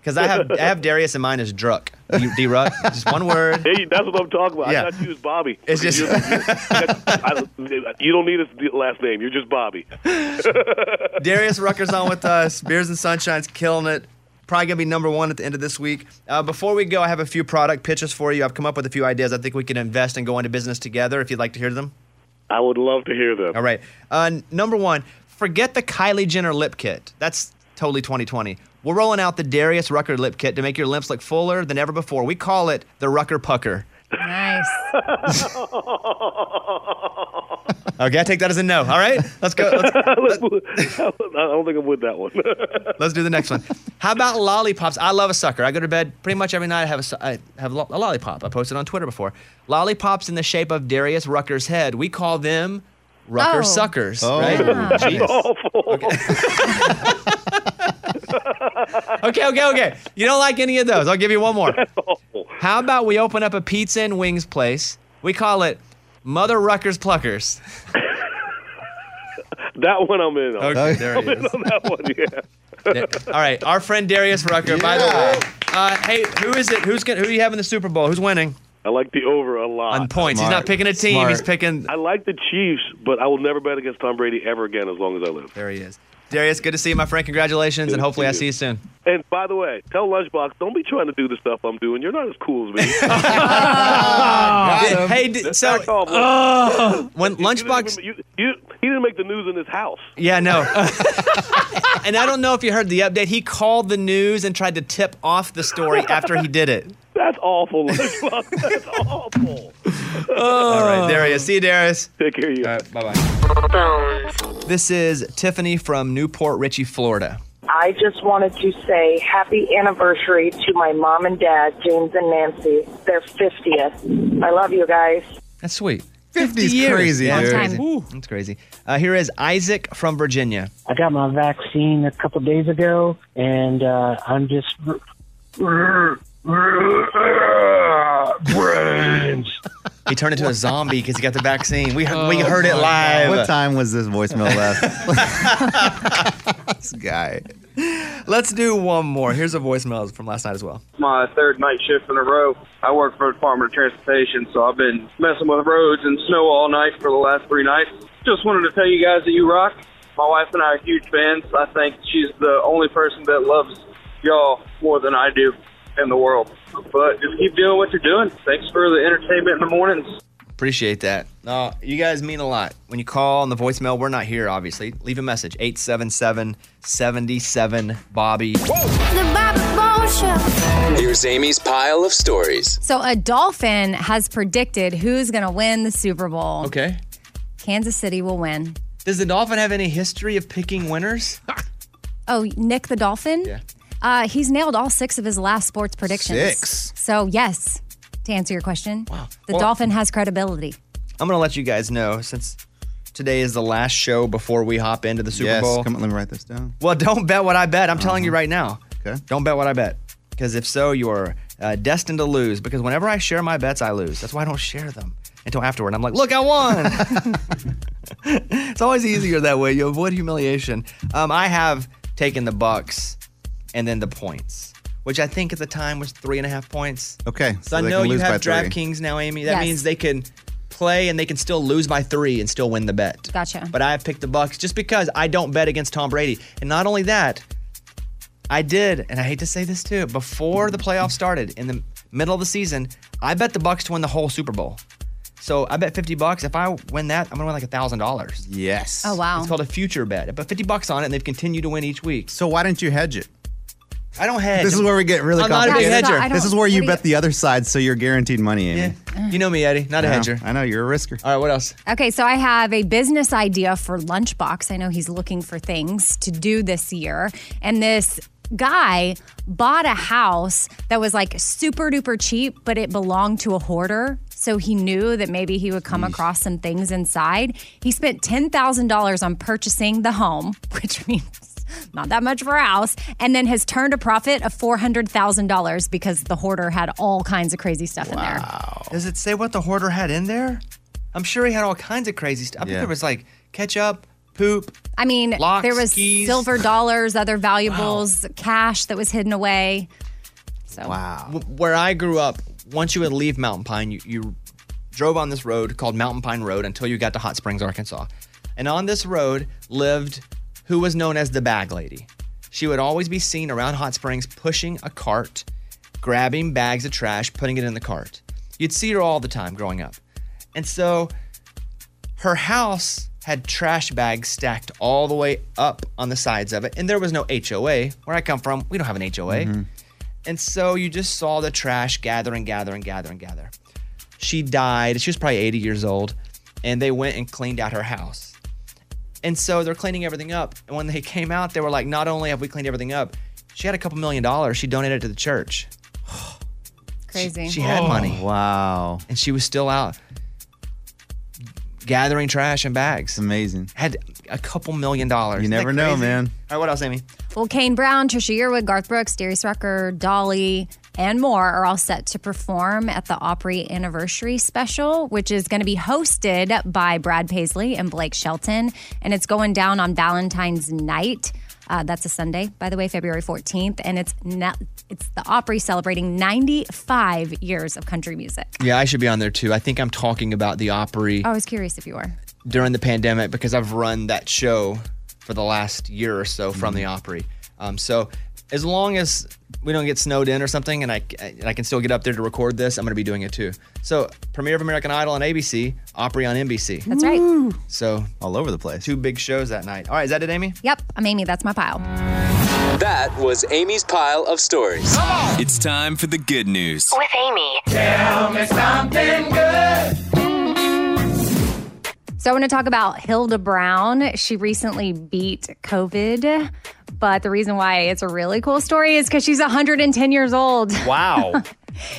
Speaker 2: Because I have I have Darius and mine as Druck. D D- Ruck. Just one
Speaker 17: [laughs]
Speaker 2: word.
Speaker 17: Hey, that's what I'm talking about.
Speaker 2: Yeah.
Speaker 17: I thought you was Bobby.
Speaker 2: It's just-
Speaker 17: You're- I- you don't need his last name. You're just Bobby.
Speaker 2: [laughs] Darius Rucker's on with us. Beers and Sunshine's killing it. Probably gonna be number one at the end of this week. Uh, before we go, I have a few product pitches for you. I've come up with a few ideas. I think we can invest and go into business together. If you'd like to hear them.
Speaker 17: I would love to hear them.
Speaker 2: All right. Uh, n- number one, forget the Kylie Jenner lip kit. That's totally 2020. We're rolling out the Darius Rucker lip kit to make your lips look fuller than ever before. We call it the Rucker Pucker.
Speaker 4: Nice.
Speaker 2: Okay, I take that as a no. All right, let's go. Let's,
Speaker 17: [laughs] I don't think I'm with that one. [laughs]
Speaker 2: let's do the next one. How about lollipops? I love a sucker. I go to bed pretty much every night. I have a, su- I have lo- a lollipop. I posted on Twitter before. Lollipops in the shape of Darius Rucker's head. We call them Rucker
Speaker 8: Oh.
Speaker 2: suckers.
Speaker 8: Oh. [laughs]
Speaker 2: right?
Speaker 8: That's
Speaker 17: awful.
Speaker 2: Okay, okay, okay. You don't like any of those. I'll give you
Speaker 17: [laughs]
Speaker 2: one more. How about we open up a pizza and wings place? We call it Mother Rucker's Pluckers. [laughs]
Speaker 17: that one I'm in on.
Speaker 2: Okay, there
Speaker 17: I'm
Speaker 2: it
Speaker 17: in on that one, yeah.
Speaker 2: All right, our friend Darius Rucker. By the
Speaker 17: Yeah.
Speaker 2: way, uh, hey, who is it? Who's gonna, who do you have in the Super Bowl? Who's winning?
Speaker 17: I like the over a lot.
Speaker 2: On [laughs] points. He's not picking a team. He's picking.
Speaker 17: I like the Chiefs, but I will never bet against Tom Brady ever again as long as I live.
Speaker 2: There he is. Darius, good to see you, my friend. Congratulations, and hopefully I see
Speaker 17: [laughs]
Speaker 2: you soon.
Speaker 17: And by the way, tell Lunchbox, don't be trying to do the stuff I'm doing. You're not as cool as me.
Speaker 2: Did- hey, did, so
Speaker 17: [laughs] Oh.
Speaker 2: when Lunchbox,
Speaker 17: you, you, he didn't make the news in his house.
Speaker 2: yeah, no. [laughs] and I don't know if you heard the update. He called the news and tried to tip off the story after he
Speaker 17: [laughs]
Speaker 2: did it.
Speaker 17: That's awful, Lunchbox. That's awful.
Speaker 2: All right, there he is. See you, Darius.
Speaker 17: Um, Take care, you.
Speaker 2: bye bye. This is Tiffany from Newport Richie, Florida.
Speaker 18: I just wanted to say happy anniversary to my mom and dad, James and Nancy. Their 50th. I love you guys.
Speaker 2: That's sweet.
Speaker 18: 50's crazy,
Speaker 2: Yeah,
Speaker 18: dude.
Speaker 2: That's
Speaker 18: Long time.
Speaker 2: crazy. That's crazy. Uh, here is Isaac from Virginia.
Speaker 19: I got my vaccine a couple days ago, and uh, I'm just
Speaker 2: Brains. [laughs] he turned into a zombie because he got the vaccine. We, we
Speaker 3: Oh,
Speaker 18: Oh
Speaker 2: heard it
Speaker 3: [laughs]
Speaker 2: live. [laughs]
Speaker 3: What time was this voicemail left? this guy.
Speaker 2: Let's do one more. Here's a voicemail from last night as well.
Speaker 20: my third night shift in a row. I work for the Department of Transportation, so I've been messing with roads and snow all night for the last three nights. Just wanted to tell you guys that you rock. My wife and I are huge fans. I think she's the only person that loves y'all more than I do in the world. But just keep doing what you're doing. Thanks for the entertainment in the mornings.
Speaker 2: Appreciate that. Uh, you guys mean a lot. When you call on the voicemail, we're not here, obviously. Leave a message 877 77 Bobby.
Speaker 21: Here's Amy's pile of stories.
Speaker 4: So a dolphin has predicted who's going to win the Super Bowl.
Speaker 2: Okay.
Speaker 4: Kansas City will win.
Speaker 2: Does the dolphin have any history of picking
Speaker 3: [laughs]
Speaker 2: winners?
Speaker 4: Oh, Nick the dolphin?
Speaker 2: Yeah.
Speaker 4: Uh, he's nailed all six of his last sports predictions.
Speaker 2: Six.
Speaker 4: So yes, to answer your question, wow. the
Speaker 2: Well-
Speaker 4: dolphin has credibility.
Speaker 2: I'm going to let you guys know since today is the last show before we hop into the Super
Speaker 3: yes,
Speaker 2: Bowl.
Speaker 3: come on, Uh-huh. let me write this down.
Speaker 2: Well, don't bet what I bet. I'm telling you right now. Okay. Don't bet what I bet. Because if so, you're uh, destined to lose. Because whenever I share my bets, I lose. That's why I don't share them until afterward. I'm like, look, I won. it's always easier that way. You avoid humiliation. Um, I have taken the Bucks and then the points, which I think at [laughs] the time was three and a half points.
Speaker 3: Okay, so,
Speaker 2: So I
Speaker 3: they
Speaker 2: know
Speaker 3: can
Speaker 2: you
Speaker 3: lose
Speaker 2: have
Speaker 3: by three.
Speaker 2: DraftKings now, Amy. That
Speaker 4: Yes.
Speaker 2: means they can play and they can still lose by three and still win the bet.
Speaker 4: Gotcha.
Speaker 2: But I have picked the Bucks just because I don't bet against Tom Brady. And not only that, I did, and I hate to say this too, before the playoffs started in the middle of the season, I bet the Bucks to win the whole Super Bowl. So I bet 50 bucks. If I win that, I'm gonna win like a thousand dollars.
Speaker 3: Yes.
Speaker 4: Oh, wow.
Speaker 2: It's called a future bet. I bet 50 bucks on it and they've continued to win each week.
Speaker 3: So why didn't you hedge it?
Speaker 2: I don't hedge.
Speaker 3: This is where we get really
Speaker 2: I'm not a big
Speaker 3: complicated.
Speaker 2: hedger.
Speaker 3: This is where you bet the other side, so you're guaranteed money, Amy.
Speaker 2: You know me, Eddie. Not a
Speaker 3: I know.
Speaker 2: hedger.
Speaker 3: I know you're a risker.
Speaker 2: All right, what else?
Speaker 4: Okay, so I have a business idea for Lunchbox. I know he's looking for things to do this year. And this guy bought a house that was like super duper cheap, but it belonged to a hoarder. So he knew that maybe he would come across some things inside. He spent $10,000 on purchasing the home, [laughs] which means not that much for a house, and then has turned a profit of $400,000 because the hoarder had all kinds of crazy stuff in there.
Speaker 3: Oh.
Speaker 2: Does it say what the hoarder had in there? I'm sure he had all kinds of crazy stuff. I think
Speaker 4: Yeah.
Speaker 2: there was like ketchup, poop.
Speaker 4: I mean,
Speaker 2: Locks,
Speaker 4: there was
Speaker 2: keys.
Speaker 4: silver dollars, other valuables, cash that was hidden away. So
Speaker 2: Wow. Where I grew up, once you would leave Mountain Pine, you, you drove on this road called Mountain Pine Road until you got to Hot Springs, Arkansas. And on this road lived who was known as the bag lady. She would always be seen around Hot Springs pushing a cart, grabbing bags of trash, putting it in the cart. You'd see her all the time growing up. And so her house had trash bags stacked all the way up on the sides of it. And there was no HOA. Where I come from, we don't have an HOA. And so you just saw the trash gather and gather and gather and gather. She died. She was probably 80 years old. And they went and cleaned out her house. And so they're cleaning everything up. And when they came out, they were like, not only have we cleaned everything up, she had a couple million dollars. She donated it to the church.
Speaker 4: crazy.
Speaker 2: She had money. Wow. And she was still out gathering trash and bags.
Speaker 3: amazing.
Speaker 2: Had a couple million dollars.
Speaker 3: You
Speaker 2: Isn't that
Speaker 3: never know,
Speaker 2: crazy?
Speaker 3: man.
Speaker 2: All right, what else, Amy?
Speaker 4: Oh. Well, Kane Brown, Trisha Yearwood, Garth Brooks, Darius Rucker, Dolly, and more are all set to perform at the Opry Anniversary Special, which is going to be hosted by Brad Paisley and Blake Shelton. And it's going down on Valentine's night. Uh, that's a Sunday, by the way, February 14th. And it's, na- it's the Opry celebrating 95 years of country music.
Speaker 2: Yeah, I should be on there too. I think I'm talking about the Opry.
Speaker 4: I was curious if you were.
Speaker 2: during the pandemic because I've run that show for the last year or so from the Opry. Um, so as long as we don't get snowed in or something, and I and I can still get up there to record this, I'm going to be doing it too. So premiere of American Idol on ABC, Opry on NBC.
Speaker 4: That's right. Woo.
Speaker 2: So
Speaker 3: all over the place.
Speaker 2: Two big shows that night. All right, is that it, Amy?
Speaker 4: Yep, I'm Amy. That's my pile.
Speaker 21: That was Amy's pile of stories. It's time for the good news.
Speaker 13: With Amy.
Speaker 8: Tell me something good.
Speaker 4: So I want to talk about Hilda Brown. She recently beat COVID, but the reason why it's a really cool story is because she's 110 years old. [laughs]
Speaker 2: [laughs] Wow.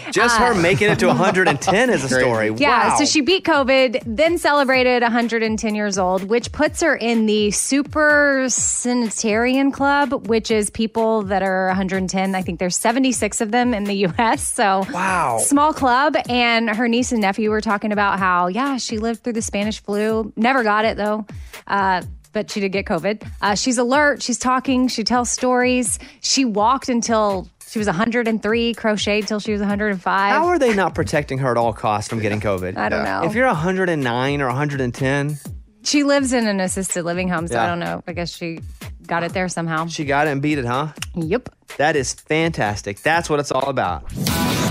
Speaker 2: Just her
Speaker 4: Uh, [laughs]
Speaker 2: making it to 110 is a story.
Speaker 4: Yeah,
Speaker 2: wow.
Speaker 4: so she beat COVID, then celebrated 110 years old, which puts her in the Super Sanitarian Club, which is people that are 110. I think there's 76 of them in the U.S. So
Speaker 8: Wow.
Speaker 4: small club. And her niece and nephew were talking about how yeah she lived through the Spanish flu, never got it though. Uh, but she did get COVID. Uh, she's alert. She's talking. She tells stories. She walked until she was 103, crocheted till she was 105.
Speaker 2: How are they not protecting her at all costs from getting COVID?
Speaker 4: I don't Yeah. know.
Speaker 2: If you're 109 or 110,
Speaker 4: She lives in an assisted living home, so I
Speaker 2: Yeah.
Speaker 4: don't know. I guess she got it there somehow.
Speaker 2: she got it and beat it, huh?
Speaker 4: Yep.
Speaker 2: That is fantastic. That's what it's all about.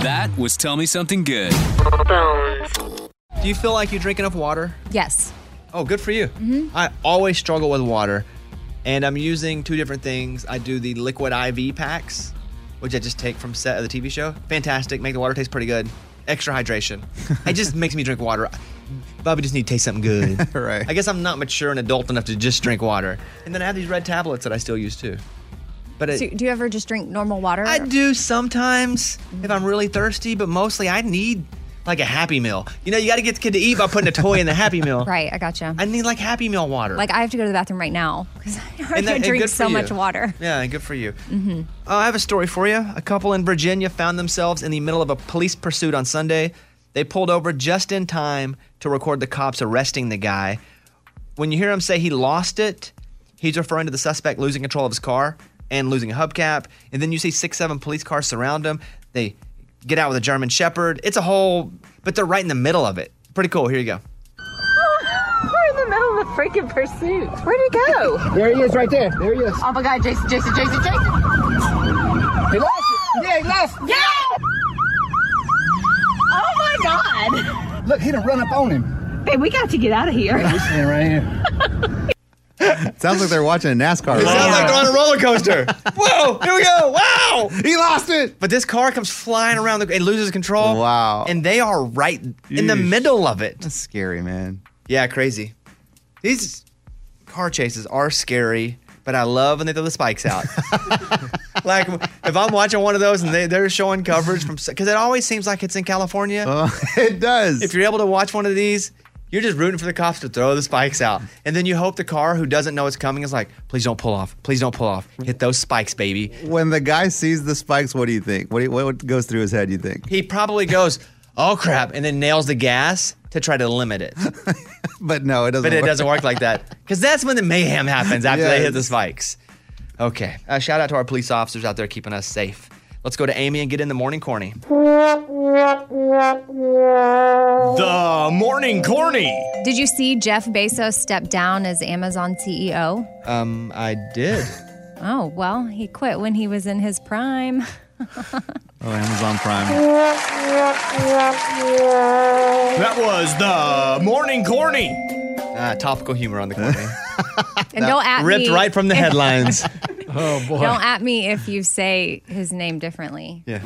Speaker 21: That was Tell Me Something Good.
Speaker 2: Do you feel like you drink enough water?
Speaker 4: Yes.
Speaker 2: Oh, good for you.
Speaker 4: Mm-hmm.
Speaker 2: I always struggle with water, and I'm using two different things. I do the liquid IV packs, which I just take from set of the TV show. Fantastic, make the water taste pretty good. Extra hydration. it [laughs] just makes me drink water. Bobby just need to taste something good. [laughs] right. I guess I'm not mature and adult enough to just drink water. And then I have these red tablets that I still use too. But it,
Speaker 4: So, do you ever just drink normal water?
Speaker 2: I do sometimes if I'm really thirsty, but mostly I need like a Happy Meal. You know, you got to get the kid to eat by putting a toy in the Happy Meal.
Speaker 4: [laughs] Right, I gotcha.
Speaker 2: I need like Happy Meal water.
Speaker 4: Like I have to go to the bathroom right now because [laughs] I already
Speaker 2: that- and
Speaker 4: drink
Speaker 2: good for
Speaker 4: so
Speaker 2: you.
Speaker 4: much water.
Speaker 2: Yeah, and good for you.
Speaker 4: Mm-hmm.
Speaker 2: Uh, I have a story for you. A couple in Virginia found themselves in the middle of a police pursuit on Sunday. They pulled over just in time to record the cops arresting the guy. When you hear him say he lost it, he's referring to the suspect losing control of his car and losing a hubcap. And then you see six, seven police cars surround him. They get out with a German Shepherd. It's a whole, but they're right in the middle of it. Pretty cool. Here you go.
Speaker 22: Oh, [laughs] We're in the middle of the freaking pursuit. Where'd he go? [laughs] There he is, right there. There he is. Oh my God, Jason, Jason, Jason, Jason. He lost [gasps] it. Yeah, he lost. Yeah. Oh my God. Look, he done run up on him. Hey, we got to get out of here.
Speaker 3: right here. [laughs] Sounds like they're watching a NASCAR. race.
Speaker 2: Sounds like they're on a roller coaster. [laughs] Whoa, here we go. Wow.
Speaker 3: He lost it.
Speaker 2: But this car comes flying around the, it loses control.
Speaker 3: Wow.
Speaker 2: And they are right in the
Speaker 3: Yeesh.
Speaker 2: middle of it.
Speaker 3: That's scary, man.
Speaker 2: Yeah, crazy. These car chases are scary, but I love when they throw the spikes
Speaker 3: [laughs]
Speaker 2: out. like if I'm watching [laughs] one of those and they, they're showing coverage from because it always seems like it's in California.
Speaker 3: Uh, [laughs] it does.
Speaker 2: If you're able to watch one of these, you're just rooting for the cops to throw the spikes out, and then you hope the car who doesn't know it's coming is like, please don't pull off, please don't pull off, hit those spikes, baby.
Speaker 3: When the guy sees the spikes, what do you think? What, do you, what- what goes through his head? You think?
Speaker 2: He probably goes, oh crap, and then nails the gas to try to limit it.
Speaker 3: but no, it doesn't.
Speaker 2: [laughs] But it
Speaker 3: work.
Speaker 2: doesn't work like that because that's when the mayhem happens after they hit the
Speaker 3: Yes.
Speaker 2: spikes. Okay. Uh, shout out to our police officers out there keeping us safe. Let's go to Amy and get in the morning corny.
Speaker 4: The
Speaker 2: morning corny.
Speaker 4: Did you see Jeff Bezos step down as Amazon CEO?
Speaker 2: Um, I did.
Speaker 4: Oh, well, he quit when he was in his prime.
Speaker 3: Oh, Amazon Prime.
Speaker 4: That
Speaker 2: was the morning corny. Ah, topical humor on the corny.
Speaker 4: And don't at
Speaker 2: ripped
Speaker 4: me. [laughs]
Speaker 2: right from the headlines. oh boy.
Speaker 4: Don't at me if you say his name differently.
Speaker 2: yeah.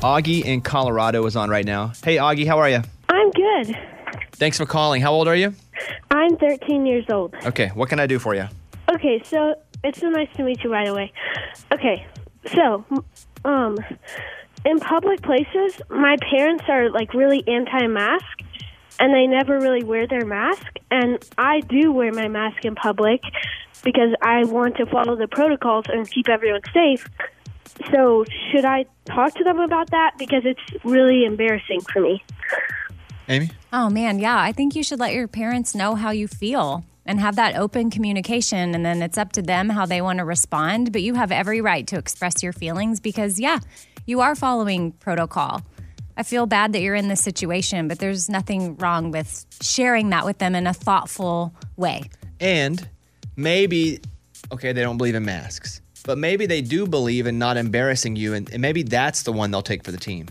Speaker 2: Augie in Colorado is on right now. Hey, Augie, how are you?
Speaker 23: I'm good.
Speaker 2: Thanks for calling. How old are you?
Speaker 23: I'm 13 years old.
Speaker 2: Okay, what can I do for you?
Speaker 23: Okay, so it's so nice to meet you right away. Okay, so um, in public places, my parents are like really anti-mask, and they never really wear their mask. And I do wear my mask in public because I want to follow the protocols and keep everyone safe. So should I talk to them about that because it's really embarrassing for me?
Speaker 2: Amy?
Speaker 4: Oh, man. Yeah. I think you should let your parents know how you feel and have that open communication. And then it's up to them how they want to respond. But you have every right to express your feelings because, yeah, you are following protocol. I feel bad that you're in this situation, but there's nothing wrong with sharing that with them in a thoughtful way.
Speaker 2: And maybe, okay, they don't believe in masks, but maybe they do believe in not embarrassing you, and, and maybe that's the one they'll take for the team.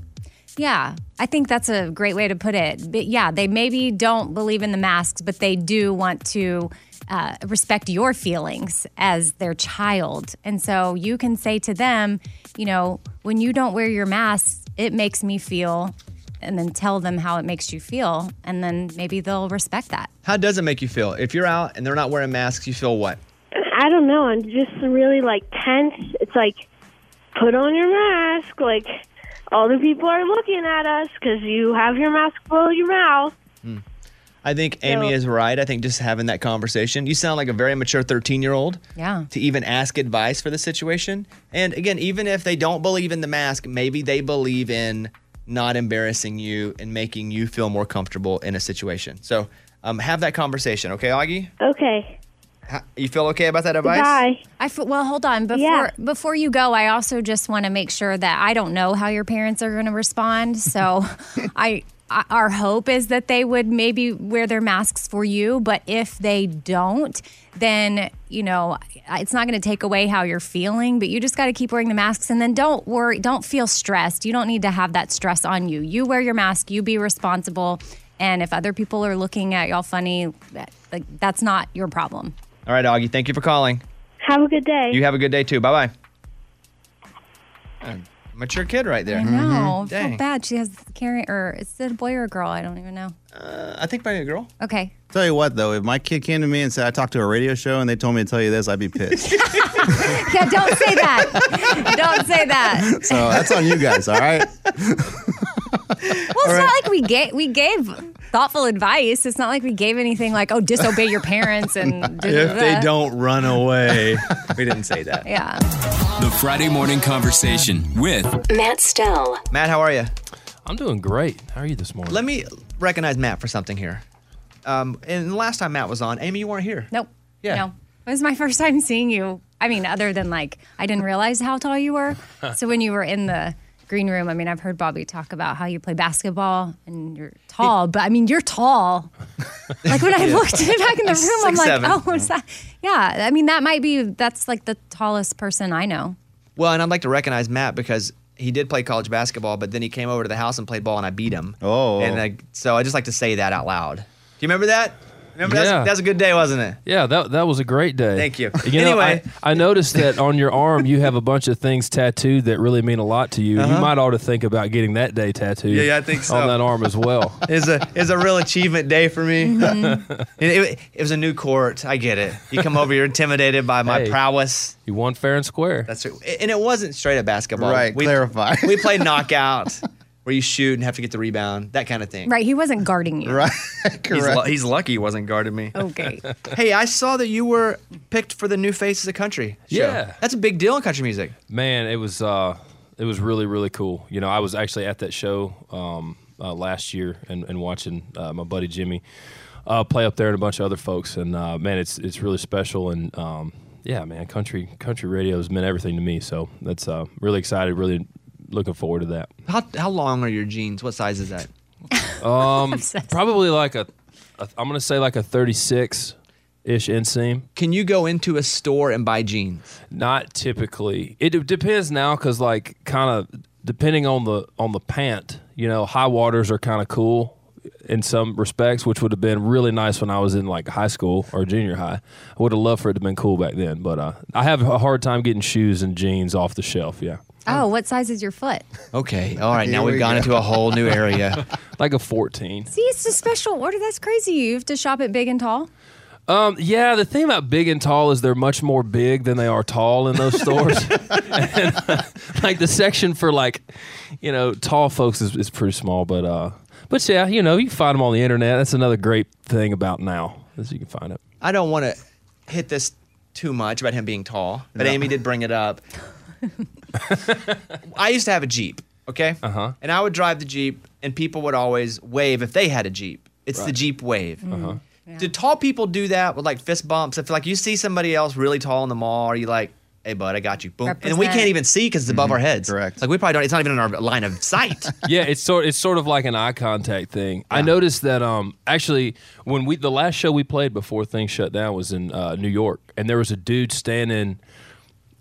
Speaker 4: Yeah, I think that's a great way to put it. But yeah, they maybe don't believe in the masks, but they do want to uh, respect your feelings as their child. And so you can say to them, you know, when you don't wear your mask, it makes me feel, and then tell them how it makes you feel. And then maybe they'll respect that.
Speaker 2: How does it make you feel? If you're out and they're not wearing masks, you feel what?
Speaker 23: I don't know. I'm just really like tense. It's like, put on your mask. Like, all the people are looking at us because you have your mask below your mouth.
Speaker 2: I think Amy
Speaker 23: No.
Speaker 2: is right. I think just having that conversation, you sound like a very mature 13 year old
Speaker 4: Yeah.
Speaker 2: to even ask advice for the situation. And again, even if they don't believe in the mask, maybe they believe in not embarrassing you and making you feel more comfortable in a situation. So, uh, Um, have that conversation, okay, Augie?
Speaker 23: Okay.
Speaker 2: Ha- You feel okay about that advice?
Speaker 4: I f- well, hold on. Before before you go, I also just want to make sure that I don't know how your parents are going to
Speaker 23: [laughs]
Speaker 4: respond. So, I, I our hope is that they would maybe wear their masks for you. But if they don't, then you know I- it's not going to take away how you're feeling. But you just got to keep wearing the masks, and then don't worry. Don't feel stressed. You don't need to have that stress on you. You wear your mask. You be responsible. And if other people are looking at y'all funny, that, like that's not your problem.
Speaker 2: All right, Augie, thank you for calling.
Speaker 23: Have a good day.
Speaker 2: You have a good day too. Bye bye. Mature kid right there. Mm-hmm.
Speaker 4: No, I feel
Speaker 2: Dang.
Speaker 4: bad. She has carrying, or is it a boy or a girl? I don't even know. Uh,
Speaker 2: I think by a girl. [laughs]
Speaker 4: Okay. [laughs]
Speaker 3: Tell you what, though, if my kid came to me and said I talked to a radio show and they told me to tell you this, I'd be [laughs] pissed.
Speaker 4: Yeah, don't say that. [laughs] don't say that.
Speaker 3: so that's on you guys, all right?
Speaker 4: Well, it's not like we gave we gave thoughtful advice. It's not like we gave anything like, oh, disobey your parents
Speaker 2: [laughs]
Speaker 4: and
Speaker 2: If they
Speaker 4: da-da-da.
Speaker 2: don't run away, [laughs] we didn't say that.
Speaker 4: Yeah.
Speaker 21: The Friday morning conversation with
Speaker 13: Matt Stell.
Speaker 2: Matt, how are you?
Speaker 7: I'm doing great. How are you this morning?
Speaker 2: Let me recognize Matt for something here. Um, and the last time Matt was on, Amy, you weren't here.
Speaker 4: Nope.
Speaker 2: Yeah.
Speaker 4: No. It was my first time seeing you. I mean, other than like, I didn't realize how tall you were. so when you were in the green room, I mean, I've heard Bobby talk about how you play basketball and you're tall, but I mean, you're tall. like when I
Speaker 9: Yeah.
Speaker 4: looked back in the
Speaker 9: I'm
Speaker 4: room, I'm like,
Speaker 2: 6'7".
Speaker 4: oh, what's that? Yeah. I mean, that might be, that's like the tallest person I know.
Speaker 2: Well, and I'd like to recognize Matt because he did play college basketball, but then he came over to the house and played ball, and I beat him.
Speaker 3: Oh.
Speaker 2: And I, so I just like to say that out loud. Do you remember that? Remember
Speaker 7: Yeah.
Speaker 2: that's, that's a good day, wasn't it?
Speaker 7: Yeah, that that was a great day.
Speaker 2: Thank you.
Speaker 7: You know,
Speaker 2: Anyway.
Speaker 7: I, I noticed that on your arm you have a bunch of things tattooed that really mean a lot to you.
Speaker 2: Uh-huh.
Speaker 7: You might ought to think about getting that day tattooed.
Speaker 2: Yeah, yeah, I think so.
Speaker 7: On that arm as well.
Speaker 2: It's a it's a real achievement day for me.
Speaker 4: Mm-hmm.
Speaker 2: [laughs] it, it- it was a new court. I get it. You come over, you're intimidated by [laughs] my
Speaker 7: Hey,
Speaker 2: prowess.
Speaker 7: You won fair and square.
Speaker 2: That's right. And it wasn't straight up basketball.
Speaker 3: Right,
Speaker 2: We,
Speaker 3: clarify.
Speaker 2: [laughs] we
Speaker 3: [laughs]
Speaker 2: played knockout, where you shoot and have to get the rebound, that kind of thing.
Speaker 4: Right. He wasn't guarding you.
Speaker 3: Right.
Speaker 2: He's, lu-
Speaker 3: Correct.
Speaker 2: he's lucky he wasn't guarding me.
Speaker 4: Okay.
Speaker 2: [laughs] hey, I saw that you were picked for the new faces of country. show.
Speaker 7: Yeah.
Speaker 2: that's a big deal in country music.
Speaker 7: Man, it was uh, it was really really cool. You know, I was actually at that show um, uh, last year and, and watching uh, my buddy Jimmy uh, play up there and a bunch of other folks. And uh, man, it's it's really special. And um, yeah, man, country country radio has meant everything to me. So that's uh, really excited. Really looking forward to that.
Speaker 2: How how long are your jeans? What size is that?
Speaker 7: [laughs] Um, probably like a, a I'm gonna say like a 36 ish inseam.
Speaker 2: Can you go into a store and buy jeans?
Speaker 7: Not typically. It d- depends now because like kind of depending on the on the pant, you know, high waters are kind of cool in some respects, which would have been really nice when I was in like high school or junior high. I would have loved for it to have been cool back then, but uh, I have a hard time getting shoes and jeans off the shelf. Yeah.
Speaker 4: Oh, what size is your foot?
Speaker 2: Okay. All right.
Speaker 7: Here
Speaker 2: now we've
Speaker 7: we
Speaker 2: gone
Speaker 7: go.
Speaker 2: into a whole new
Speaker 7: [laughs]
Speaker 2: area.
Speaker 7: like a 14.
Speaker 4: See, it's a special order. That's crazy. You have to shop at Big and Tall.
Speaker 7: Um, yeah, the thing about big and tall is they're much more big than they are tall in those
Speaker 2: [laughs]
Speaker 7: stores. And, uh, like the section for like, you know, tall folks is, is pretty small, but uh, but yeah, you know, you can find them on the internet. That's another great thing about now is you can find it.
Speaker 2: I don't want to hit this too much about him being tall, but
Speaker 7: No.
Speaker 2: Amy did bring
Speaker 7: [laughs]
Speaker 2: it up. I used to have a Jeep, okay? Uh
Speaker 7: Uh-huh.
Speaker 2: huh. And I would drive the Jeep, and people would always wave if they had a Jeep. It's the
Speaker 7: Right.
Speaker 2: Jeep wave.
Speaker 7: Uh-huh.
Speaker 2: Do tall people do that with like fist bumps? If like you see somebody else really tall in the mall, are you like, "Hey, bud, I got you." Boom, and we can't
Speaker 7: Represent.
Speaker 2: even see because it's
Speaker 7: Mm-hmm.
Speaker 2: above our heads. Correct. Like we probably don't. It's not even in our line of sight.
Speaker 7: [laughs] yeah, it's sort it's sort of like an eye contact thing. I noticed that um actually when we the last show we played before things shut down was in uh, New York, and there was a dude standing.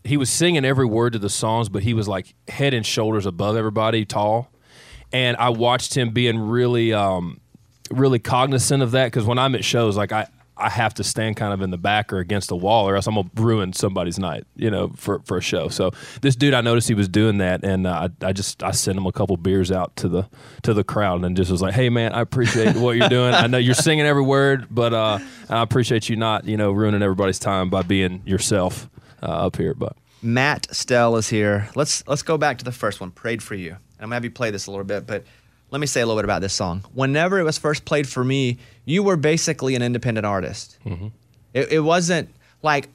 Speaker 7: He was singing every word to the songs, but he was like head and shoulders above everybody, tall. And I watched him being really um really cognizant of that because when I'm at shows, like I. I have to stand kind of in the back or against the wall, or else I'm gonna ruin somebody's night, you know, for, for a show. So this dude, I noticed he was doing that, and uh, I, I just I sent him a couple beers out to the to the crowd, and just was like, "Hey, man, I appreciate what you're doing. I know you're singing every word, but uh, I appreciate you not, you know, ruining everybody's time by being yourself uh, up here." But
Speaker 2: Matt Stell is here. Let's let's go back to the first one. Prayed for you. And I'm gonna have you play this a little bit, but let me say a little bit about this song. Whenever it was first played for me, you were basically an independent artist. It, it wasn't like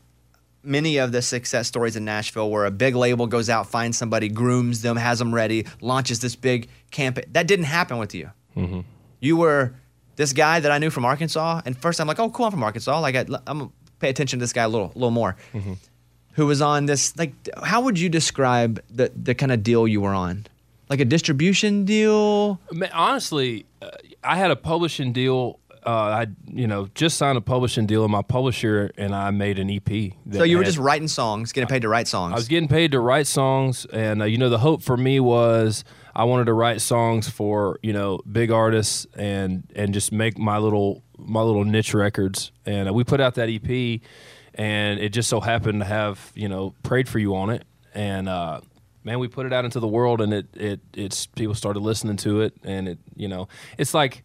Speaker 2: many of the success stories in Nashville where a big label goes out, finds somebody, grooms them, has them ready, launches this big campaign. That didn't happen with you.
Speaker 7: mm-hmm.
Speaker 2: You were this guy that I knew from Arkansas. And first, I'm like, oh, cool, I'm from Arkansas. Like, I, I'm gonna pay attention to this guy a little, little more.
Speaker 15: [laughs]
Speaker 2: Who was on this? Like, how would you describe the the kind of deal you were on? Like a distribution deal?
Speaker 7: Ma- honestly, uh, I had a publishing deal. Uh, I you know just signed a publishing deal, and my publisher and I made an EP.
Speaker 2: so you were
Speaker 7: had-
Speaker 2: just writing songs, getting paid to write songs.
Speaker 7: I was getting paid to write songs, and uh, you know the hope for me was I wanted to write songs for you know big artists and and just make my little my little niche records. And uh, we put out that EP, and it just so happened to have you know prayed for you on it, and uh, man, we put it out into the world, and it it it's people started listening to it, and it you know it's like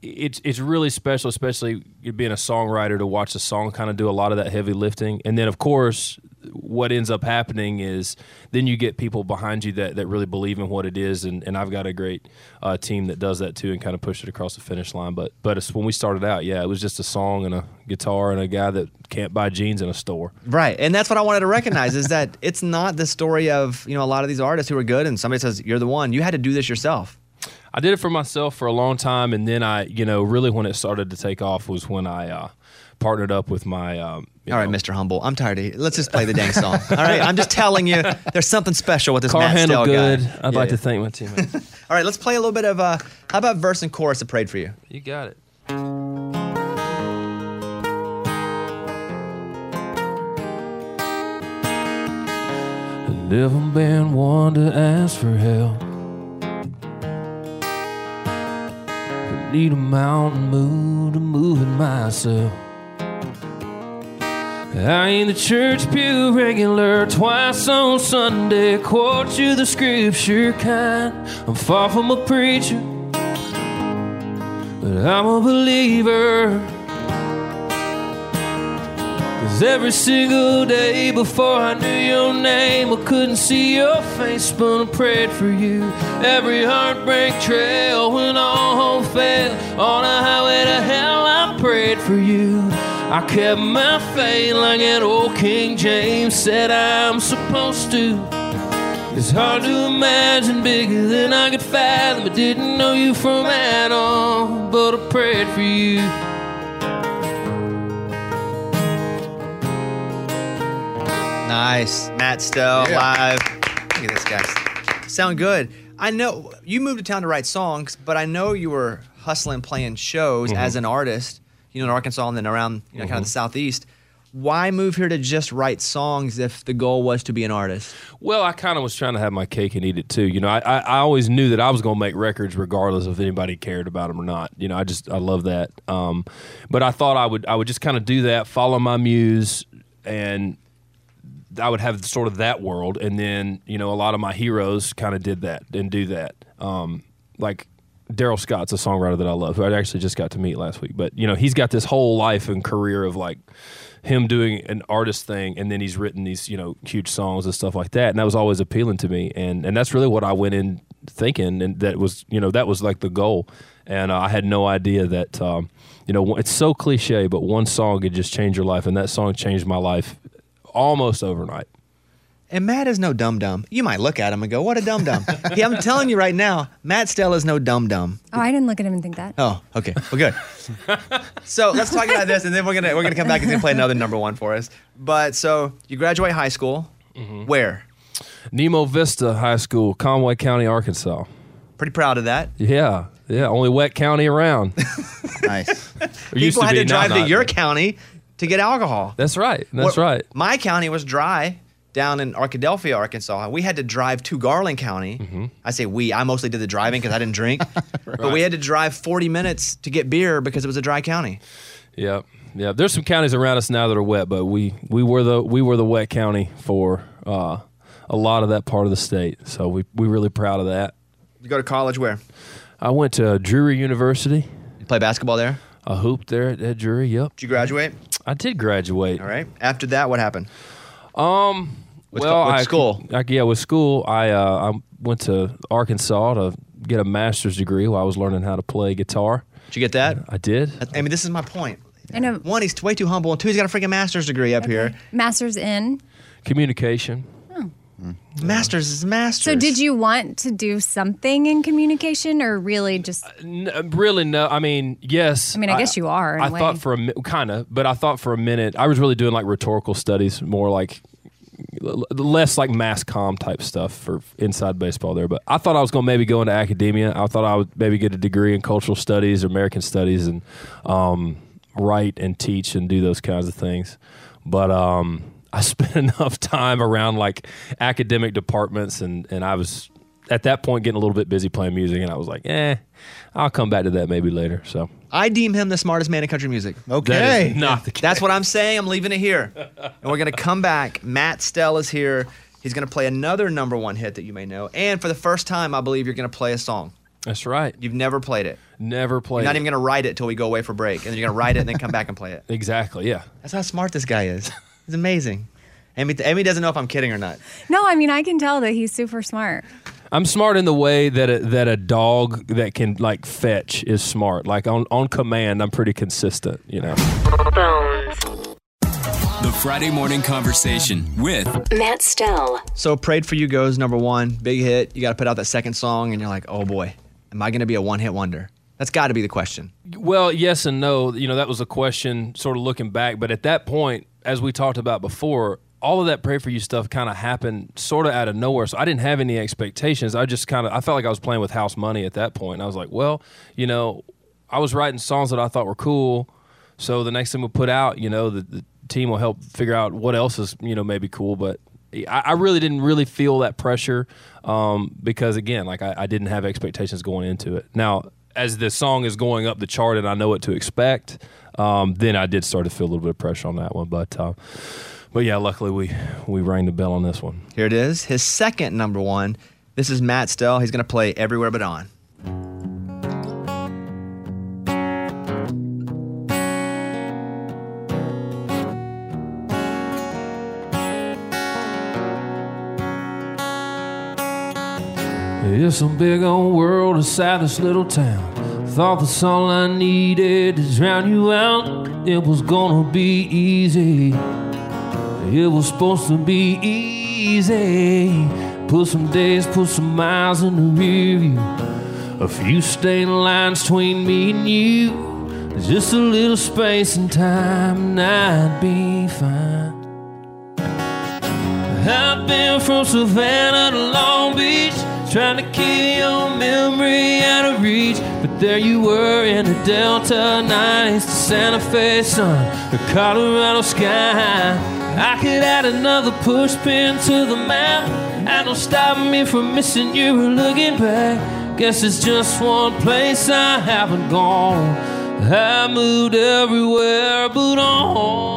Speaker 7: it's it's really special, especially you being a songwriter to watch the song kind of do a lot of that heavy lifting. And then of course, what ends up happening is then you get people behind you that, that really believe in what it is. And, and I've got a great uh, team that does that too and kind of push it across the finish line. But but it's when we started out, yeah, it was just a song and a guitar and a guy that can't buy jeans in a store.
Speaker 2: Right. And that's what I wanted to recognize is that it's not the story of, you know, a lot of these artists who are good and somebody says, you're the one. You had to do this yourself.
Speaker 7: I did it for myself for a long time, and then I, you know, really when it started to take off was when I uh, partnered up with my. Um, All right,
Speaker 2: Mr. Humble, I'm tired. Of Let's just play the dang song. All right.
Speaker 7: [laughs]
Speaker 2: I'm just telling you, there's something special with this
Speaker 7: Car
Speaker 2: Matt
Speaker 7: handle
Speaker 2: Stell guy.
Speaker 7: good. I'd
Speaker 2: Yeah,
Speaker 7: like to
Speaker 2: yeah.
Speaker 7: thank my teammates.
Speaker 2: All right. Let's play a little bit of, uh, how about verse and chorus of Prayed for You?
Speaker 7: you got it. Never been one to ask for help. But need a mountain move to move it myself. I ain't the church pew regular, twice on Sunday, quote you the scripture kind. I'm far from a preacher, but I'm a believer. Cause every single day before I knew your name, I couldn't see your face, but I prayed for you. Every heartbreak trail when all hope failed, on a highway to hell, I prayed for you. I kept my faith like an old King James said I'm supposed to. It's hard to imagine bigger than I could fathom. I didn't know you from Adam, but I prayed for you.
Speaker 2: Nice. Matt Stell
Speaker 7: Yeah.
Speaker 2: live. Look at this guy. Sound good. I know you moved to town to write songs, but I know you were hustling, playing shows
Speaker 7: Mhm.
Speaker 2: as an artist, you know, in Arkansas and then around, you know, kind of
Speaker 7: Mhm.
Speaker 2: the Southeast. Why move here to just write songs if the goal was to be an artist?
Speaker 7: Well, I kind of was trying to have my cake and eat it too. You know, I, I, I always knew that I was going to make records regardless if anybody cared about them or not. You know, I just I love that. Um, but I thought I would I would just kind of do that, follow my muse, and I would have sort of that world. And then you know, a lot of my heroes kind of did that and do that. Um, like Daryl Scott's a songwriter that I love, who I actually just got to meet last week. But you know, he's got this whole life and career of like him doing an artist thing and then he's written these you know huge songs and stuff like that and that was always appealing to me and and that's really what i went in thinking and that was you know that was like the goal and uh, i had no idea that um, you know it's so cliche but one song could just change your life and that song changed my life almost overnight
Speaker 2: And Matt is no dum dum. You might look at him and go, "What a dum dum." yeah, I'm telling you right now, Matt Stell is no dum dum.
Speaker 4: Oh, I didn't look at him and think that.
Speaker 2: Oh, okay. Well, good. so let's talk about this, and then we're gonna we're gonna come back and then play another number one for us. But so you graduate high school, where?
Speaker 7: nemo vista high school conway county arkansas
Speaker 2: Pretty proud of that.
Speaker 7: yeah yeah only wet county around
Speaker 2: [laughs] nice
Speaker 7: It used
Speaker 2: People
Speaker 7: to
Speaker 2: had
Speaker 7: be,
Speaker 2: to
Speaker 7: now
Speaker 2: drive to
Speaker 7: not.
Speaker 2: your county to get alcohol.
Speaker 7: that's right that's
Speaker 2: Where-
Speaker 7: right
Speaker 2: My county was dry down in Arkadelphia, Arkansas. We had to drive to Garland County.
Speaker 7: Mm-hmm.
Speaker 2: I say we. I mostly did the driving because I
Speaker 7: [laughs]
Speaker 2: didn't drink, but we had to drive 40 minutes to get beer because it was a dry county.
Speaker 7: Yeah, yeah. There's some counties around us now that are wet, but we we were the we were the wet county for uh, a lot of that part of the state. So we we really proud of that.
Speaker 2: You go to college where?
Speaker 7: I went to Drury University.
Speaker 2: You play basketball there?
Speaker 7: I hooped there at, at Drury. Yep.
Speaker 2: Did you graduate?
Speaker 7: I did graduate. All
Speaker 2: right. After that, what happened?
Speaker 7: Um.
Speaker 2: With
Speaker 7: well,
Speaker 2: scho- with
Speaker 7: I-
Speaker 2: school.
Speaker 7: I, yeah, with school, I uh, I went to Arkansas to get a master's degree while I was learning how to play guitar.
Speaker 2: Did you get that?
Speaker 7: I did.
Speaker 2: I mean, this is my point.
Speaker 4: I know
Speaker 2: One, he's way too humble, and two, he's got a freaking master's degree up here.
Speaker 4: master's in.
Speaker 7: Communication.
Speaker 4: Oh,
Speaker 2: Masters is masters.
Speaker 4: So, did you want to do something in communication, or really just?
Speaker 7: N- really, no. I mean, yes.
Speaker 4: I mean, I guess you are in a
Speaker 7: I
Speaker 4: way.
Speaker 7: thought for a kind of, but I thought for a minute I was really doing like rhetorical studies, more like l- l- less like mass com type stuff for inside baseball there. But I thought I was going to maybe go into academia. I thought I would maybe get a degree in cultural studies or American studies and um, write and teach and do those kinds of things. But um, [laughs] I spent enough time around like academic departments and and I was at that point getting a little bit busy playing music and I was like, eh, I'll come back to that maybe later. So
Speaker 2: I deem him the smartest man in country music.
Speaker 7: Okay. not the
Speaker 2: That's what I'm saying. I'm leaving it here. And we're going to come back. Matt Stell is here. He's going to play another number one hit that you may know. And for the first time, I believe you're going to play a song.
Speaker 7: That's right.
Speaker 2: You've never played it.
Speaker 7: Never played
Speaker 2: You're not
Speaker 7: it.
Speaker 2: even going to write it till we go away for break. And then you're going to write it and then come back and play it.
Speaker 7: [laughs] Exactly. Yeah.
Speaker 2: That's how smart this guy is. It's amazing. Amy, Amy doesn't know if I'm kidding or not.
Speaker 4: No, I mean, I can tell that he's super smart.
Speaker 7: I'm smart in the way that a, that a dog that can like fetch is smart. Like on on command, I'm pretty consistent. You know.
Speaker 21: The Friday morning conversation with
Speaker 13: Matt Stell.
Speaker 2: So Prayed for You goes number one, big hit. You got to put out that second song, and you're like, oh boy, am I going to be a one hit wonder? That's got to be the question.
Speaker 7: Well, yes and no. You know, that was a question sort of looking back. But at that point, as we talked about before, all of that pray for you stuff kind of happened sort of out of nowhere. So I didn't have any expectations. I just kind of I felt like I was playing with house money at that point. And I was like, well, you know, I was writing songs that I thought were cool. So the next thing we put out, you know, the, the team will help figure out what else is, you know, maybe cool. But I, I really didn't really feel that pressure um, because, again, like I, I didn't have expectations going into it. Now, as the song is going up the chart and I know what to expect, um, then I did start to feel a little bit of pressure on that one. But uh, but yeah, luckily we we rang the bell on this one.
Speaker 2: Here it is, his second number one. This is Matt Stell. He's going to play Everywhere But On.
Speaker 7: It's a big old world inside this little town. Thought that's all I needed to drown you out. It was gonna be easy. It was supposed to be easy. Put some days, put some miles in the rear view. A few stained lines between me and you. There's Just a little space and time, and I'd be fine. I've been from Savannah to Long Beach, trying to keep your memory out of reach. But there you were in the Delta, nice to Santa Fe sun, the Colorado sky. I could add another pushpin to the map. I don't stop me from missing you or looking back. Guess it's just one place I haven't gone. I moved everywhere but on.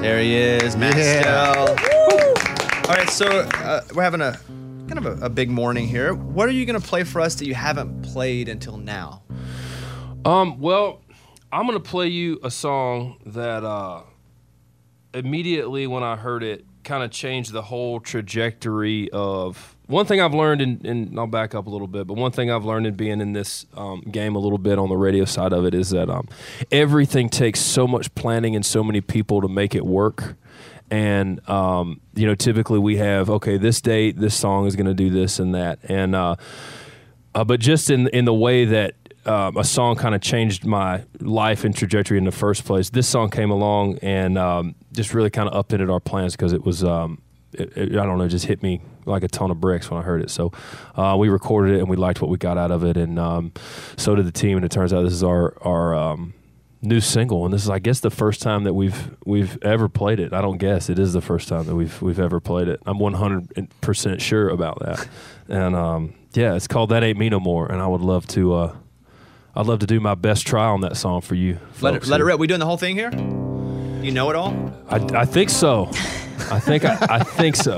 Speaker 2: There he is, Matt
Speaker 7: Yeah.
Speaker 2: Stell. All right, so uh, we're having a kind of a, a big morning here. What are you going to play for us that you haven't played until now?
Speaker 7: Um, well, I'm gonna play you a song that uh immediately when I heard it kind of changed the whole trajectory of one thing I've learned and, and I'll back up a little bit, but one thing I've learned in being in this um, game a little bit on the radio side of it is that um, everything takes so much planning and so many people to make it work. And um, you know, typically we have okay, this date, this song is going to do this and that, and uh, uh, but just in in the way that um, a song kind of changed my life and trajectory in the first place. This song came along and um, just really kind of upended our plans because it was um, it, it- I don't know, just hit me like a ton of bricks when I heard it. So uh, we recorded it and we liked what we got out of it, and um, so did the team. And it turns out this is our our um, new single, and this is I guess the first time that we've we've ever played it. I don't guess it is the first time that we've we've ever played it. I'm 100 percent sure about that, and um, yeah, it's called "That Ain't Me No More," and I would love to. Uh, I'd love to do my best try on that song for you.
Speaker 2: Let it,
Speaker 7: folks.
Speaker 2: let it rip. We doing the whole thing [laughs] here? You know it all?
Speaker 7: I, I think
Speaker 2: [laughs]
Speaker 7: so. I think I, I think so.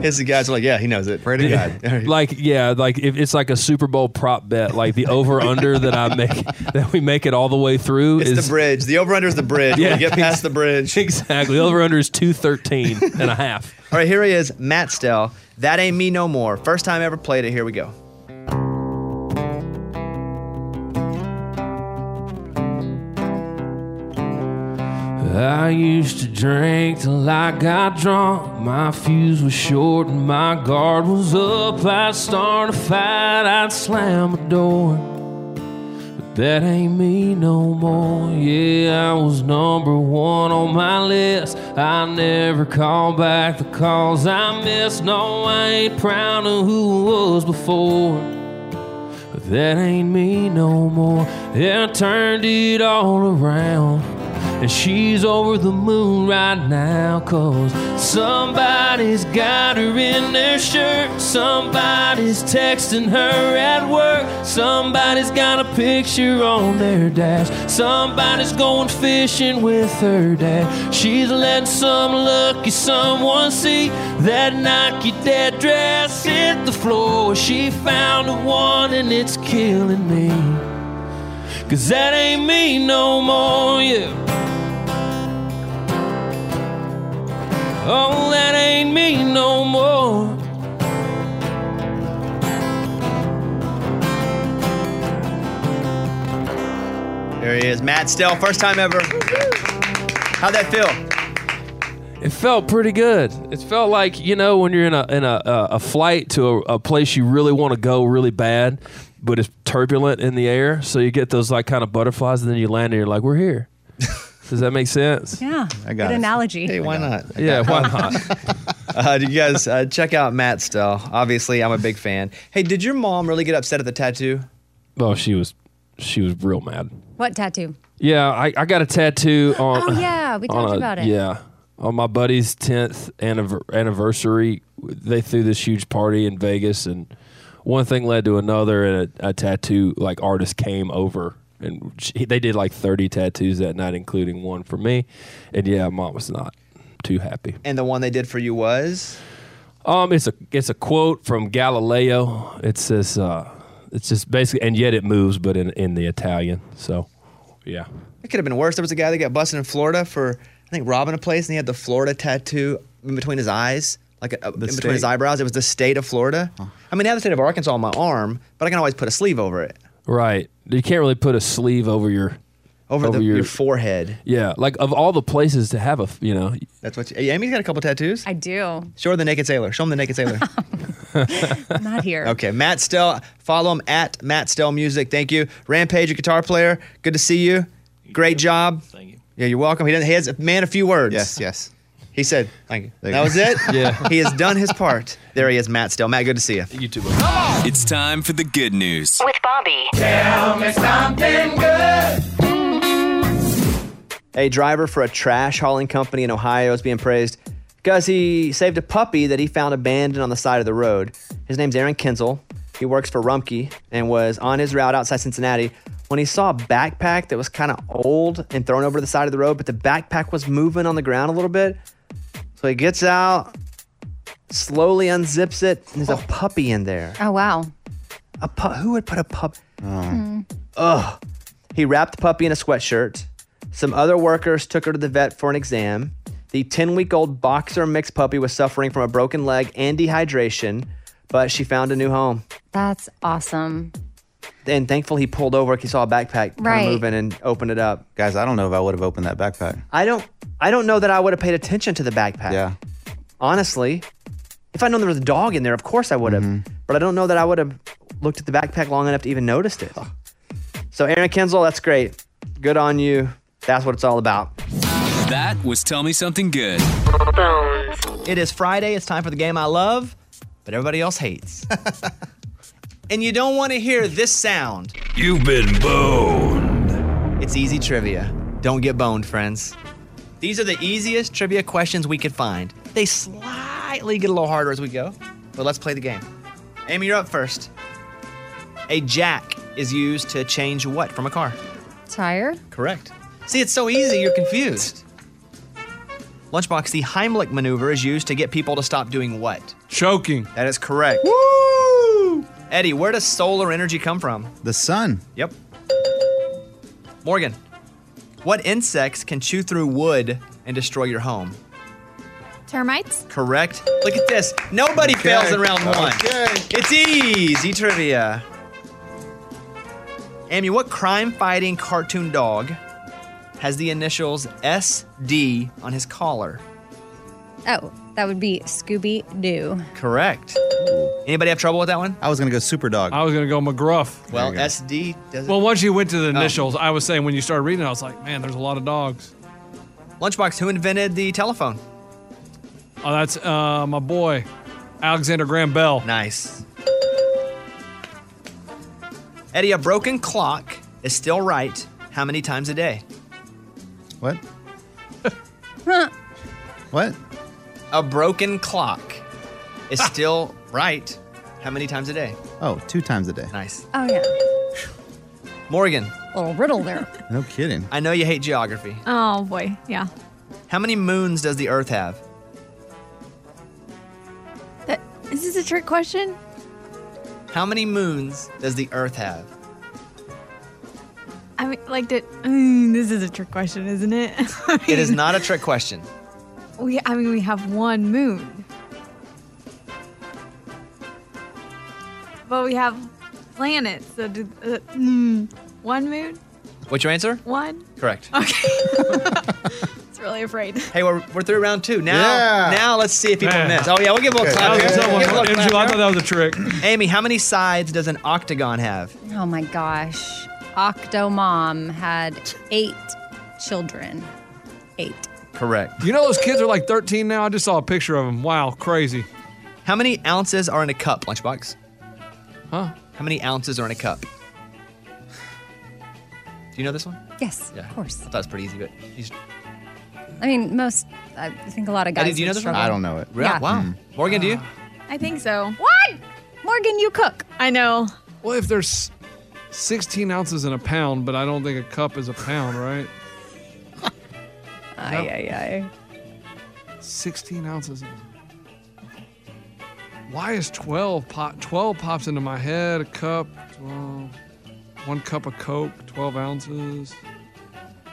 Speaker 2: His guys are like, yeah, he knows
Speaker 7: [laughs]
Speaker 2: it. Pray to God.
Speaker 7: like yeah, like if it's like a Super Bowl prop bet, like the over under that I make [laughs] that we make it all the way through
Speaker 2: It's
Speaker 7: is
Speaker 2: the bridge. The over under is the
Speaker 7: [laughs]
Speaker 2: bridge.
Speaker 7: Yeah.
Speaker 2: Yeah, get past the
Speaker 7: [laughs]
Speaker 2: bridge.
Speaker 7: Exactly. Over under is 213 and a half.
Speaker 2: All right, here he is, Matt Stell. That ain't me no more. First time ever played it. Here we go.
Speaker 7: I used to drink till I got drunk. My fuse was short and my guard was up. I'd start a fight, I'd slam a door. But that ain't me no more. Yeah, I was number one on my list. I never call back the calls I missed. No, I ain't proud of who I was before. But that ain't me no more. Yeah, I turned it all around. And she's over the moon right now, cause somebody's got her in their shirt. Somebody's texting her at work. Somebody's got a picture on their dash. Somebody's going fishing with her dad. She's letting some lucky someone see that Nike dad dress hit the floor. She found the one and it's killing me. Cause that ain't me no more, yeah. Oh, that ain't me no more.
Speaker 2: There he is, Matt Stell, first time ever. How'd that feel?
Speaker 7: It felt pretty good. It felt like you know when you're in a in a a, a flight to a, a place you really want to go really bad, but it's turbulent in the air, so you get those like kind of butterflies, and then you land and you're like, "We're
Speaker 2: [laughs]
Speaker 7: here." Does that make sense?
Speaker 4: Yeah.
Speaker 7: I
Speaker 2: got
Speaker 4: Good
Speaker 2: it.
Speaker 4: analogy.
Speaker 2: Hey, why not?
Speaker 7: Yeah, why not?
Speaker 2: [laughs] uh, you guys uh, check out Matt Stell. Obviously, I'm a big fan. Hey, did your mom really get upset at the tattoo?
Speaker 7: Oh, she was she was real mad.
Speaker 4: What tattoo?
Speaker 7: Yeah, I, I got a tattoo on.
Speaker 4: [gasps] Oh, yeah, we
Speaker 7: [laughs] on
Speaker 4: talked
Speaker 7: a-
Speaker 4: about it.
Speaker 7: Yeah, on my buddy's tenth anniversary, they threw this huge party in Vegas, and one thing led to another, and a, a tattoo like artist came over, and she, they did like thirty tattoos that night, including one for me, and yeah, mom was not too happy.
Speaker 2: And the one they did for you was?
Speaker 7: Um, it's a it's a quote from Galileo. It says, uh, it's just basically, and yet it moves, but in in the Italian. So, yeah.
Speaker 2: It could have been worse. There was a guy that got busted in Florida for, I think, robbing a place, and he had the Florida tattoo in between his eyes, like uh, in between his
Speaker 7: state.
Speaker 2: eyebrows. It was the state of Florida. I mean, I have the state of Arkansas on my arm, but I can always put a sleeve over it.
Speaker 7: Right. You can't really put a sleeve over your
Speaker 2: Over the- your forehead.
Speaker 7: Yeah, like of all the places to have a, f- you know,
Speaker 2: That's what you, hey, Amy's got a couple tattoos.
Speaker 4: I do.
Speaker 2: Show her the naked sailor. Show him the naked sailor.
Speaker 4: I'm not here.
Speaker 2: Okay, Matt Stell. Follow him at Matt Stell Music. Thank you, Rampage, a guitar player. Good to see you. Great job. Thank you. Yeah, you're welcome. He doesn't. He has man a few words. Yes, yes. He said, "Thank you."
Speaker 21: Thank
Speaker 2: that
Speaker 21: you.
Speaker 2: was it.
Speaker 21: [laughs] Yeah.
Speaker 2: He has done his part. There he is, Matt Stell. Matt, good to see you.
Speaker 7: You too.
Speaker 21: It's time for the good news.
Speaker 13: With Bobby.
Speaker 21: Tell me something good.
Speaker 2: A driver for a trash hauling company in Ohio is being praised because he saved a puppy that he found abandoned on the side of the road. His name's Aaron Kinzel. He works for Rumpke and was on his route outside Cincinnati when he saw a backpack that was kind of old and thrown over to the side of the road, but the backpack was moving on the ground a little bit. So he gets out, slowly unzips it, and there's a puppy in there.
Speaker 4: Oh wow.
Speaker 2: A pu- who would put a pup?
Speaker 21: Oh.
Speaker 2: Ugh. He wrapped the puppy in a sweatshirt. Some other workers took her to the vet for an exam. The 10 week old boxer mix puppy was suffering from a broken leg and dehydration, but she found a new home.
Speaker 4: That's awesome.
Speaker 2: And thankful he pulled over. 'cause He saw a backpack kinda
Speaker 4: Right.
Speaker 2: moving and opened it up.
Speaker 3: Guys, I don't know if I would have opened that backpack.
Speaker 2: I don't. I don't know that I would have paid attention to the backpack.
Speaker 3: Yeah.
Speaker 2: Honestly, if I known there was a dog in there, of course I would have.
Speaker 3: Mm-hmm.
Speaker 2: But I don't know that I would have looked at the backpack long enough to even notice it. So Aaron Kinzel, that's great. Good on you. That's what it's all about.
Speaker 21: That was Tell Me Something Good.
Speaker 2: It is Friday. It's time for the game I love, but everybody else hates. and you don't want to hear this sound.
Speaker 10: You've been boned.
Speaker 2: It's easy trivia. Don't get boned, friends. These are the easiest trivia questions we could find. They slightly get a little harder as we go, but let's play the game. Amy, you're up first. A jack is used to change what from a car?
Speaker 4: Tire.
Speaker 2: Correct. See, it's so easy, you're confused. Lunchbox, the Heimlich maneuver is used to get people to stop doing what?
Speaker 6: Choking.
Speaker 2: That is correct. Woo! Eddie, where does solar energy come from?
Speaker 3: The sun.
Speaker 2: Yep. Morgan, what insects can chew through wood and destroy your home?
Speaker 12: Termites?
Speaker 2: Correct. Look at this. Nobody
Speaker 12: Okay.
Speaker 2: fails in round one.
Speaker 12: Okay.
Speaker 2: It's easy trivia. Amy, what crime fighting cartoon dog has the initials SD on his collar.
Speaker 4: Oh, that would be Scooby Doo.
Speaker 2: Correct. Anybody have trouble with that one?
Speaker 3: I was gonna go super dog.
Speaker 6: I was gonna go McGruff.
Speaker 2: Well, SD doesn't. Oh.
Speaker 6: Well, once you went to the initials, I was saying when you started reading, it, I was like, man, there's a lot of dogs.
Speaker 2: Lunchbox, who invented the telephone?
Speaker 6: Oh, that's uh, my boy, Alexander Graham Bell.
Speaker 2: Nice. Eddie, a broken clock is still right how many times a day?
Speaker 3: What?
Speaker 4: Huh.
Speaker 3: What? Ah!
Speaker 2: A broken clock is still right how many times a day?
Speaker 3: Oh, two times a day.
Speaker 2: Nice.
Speaker 4: Oh yeah,
Speaker 2: Morgan,
Speaker 4: little riddle there.
Speaker 3: no kidding.
Speaker 2: I know you hate geography.
Speaker 1: [laughs] Oh boy, yeah.
Speaker 2: How many moons does the Earth have?
Speaker 1: That, is this a trick question?
Speaker 2: How many moons does the
Speaker 4: [laughs]
Speaker 2: Earth have?
Speaker 1: I mean, like, did, mm, this is a trick question, isn't it? [laughs] I
Speaker 2: It is
Speaker 1: mean,
Speaker 2: not a trick question.
Speaker 1: We, I mean, we have one moon, but we have planets. So, do, uh, mm, one moon,
Speaker 2: What's your answer?
Speaker 1: one.
Speaker 2: Correct.
Speaker 1: It's really afraid.
Speaker 2: Hey, we're, we're through round two. Now,
Speaker 1: Yeah.
Speaker 2: now let's see if people
Speaker 6: Man.
Speaker 2: miss. Oh, yeah, we'll give them a
Speaker 6: Good.
Speaker 2: clap.
Speaker 6: That was
Speaker 2: here.
Speaker 6: a tough one.
Speaker 2: Give a little
Speaker 6: Angela,
Speaker 2: clap
Speaker 6: I
Speaker 2: here.
Speaker 6: thought that was a trick.
Speaker 2: Amy, how many sides does an octagon have?
Speaker 4: Oh my gosh, Octomom had eight children. Eight.
Speaker 2: Correct.
Speaker 6: You know those kids are like 13 now. I just saw a picture of them. Wow, crazy.
Speaker 2: How many ounces are in a cup, Lunchbox? Huh? How many ounces are in a cup? Do you know this one?
Speaker 4: Yes,
Speaker 2: Yeah.
Speaker 4: of course.
Speaker 2: I thought it was pretty easy, but you just-
Speaker 4: I mean, most. I think a lot of guys.
Speaker 2: Eddie, do you know
Speaker 4: would
Speaker 2: this one?
Speaker 4: struggle.
Speaker 2: Really?
Speaker 4: Yeah.
Speaker 2: Wow.
Speaker 6: Hmm.
Speaker 2: Morgan, do you?
Speaker 1: I think so. What?
Speaker 4: Morgan, you cook.
Speaker 1: I know.
Speaker 6: Well, if there's 16 ounces in a pound, but I don't think a cup is a pound, right?
Speaker 4: Aye, aye,
Speaker 6: 16 ounces. in- Why is 12 pop? 12 pops into my head. A cup, 12. One cup of Coke, 12 ounces.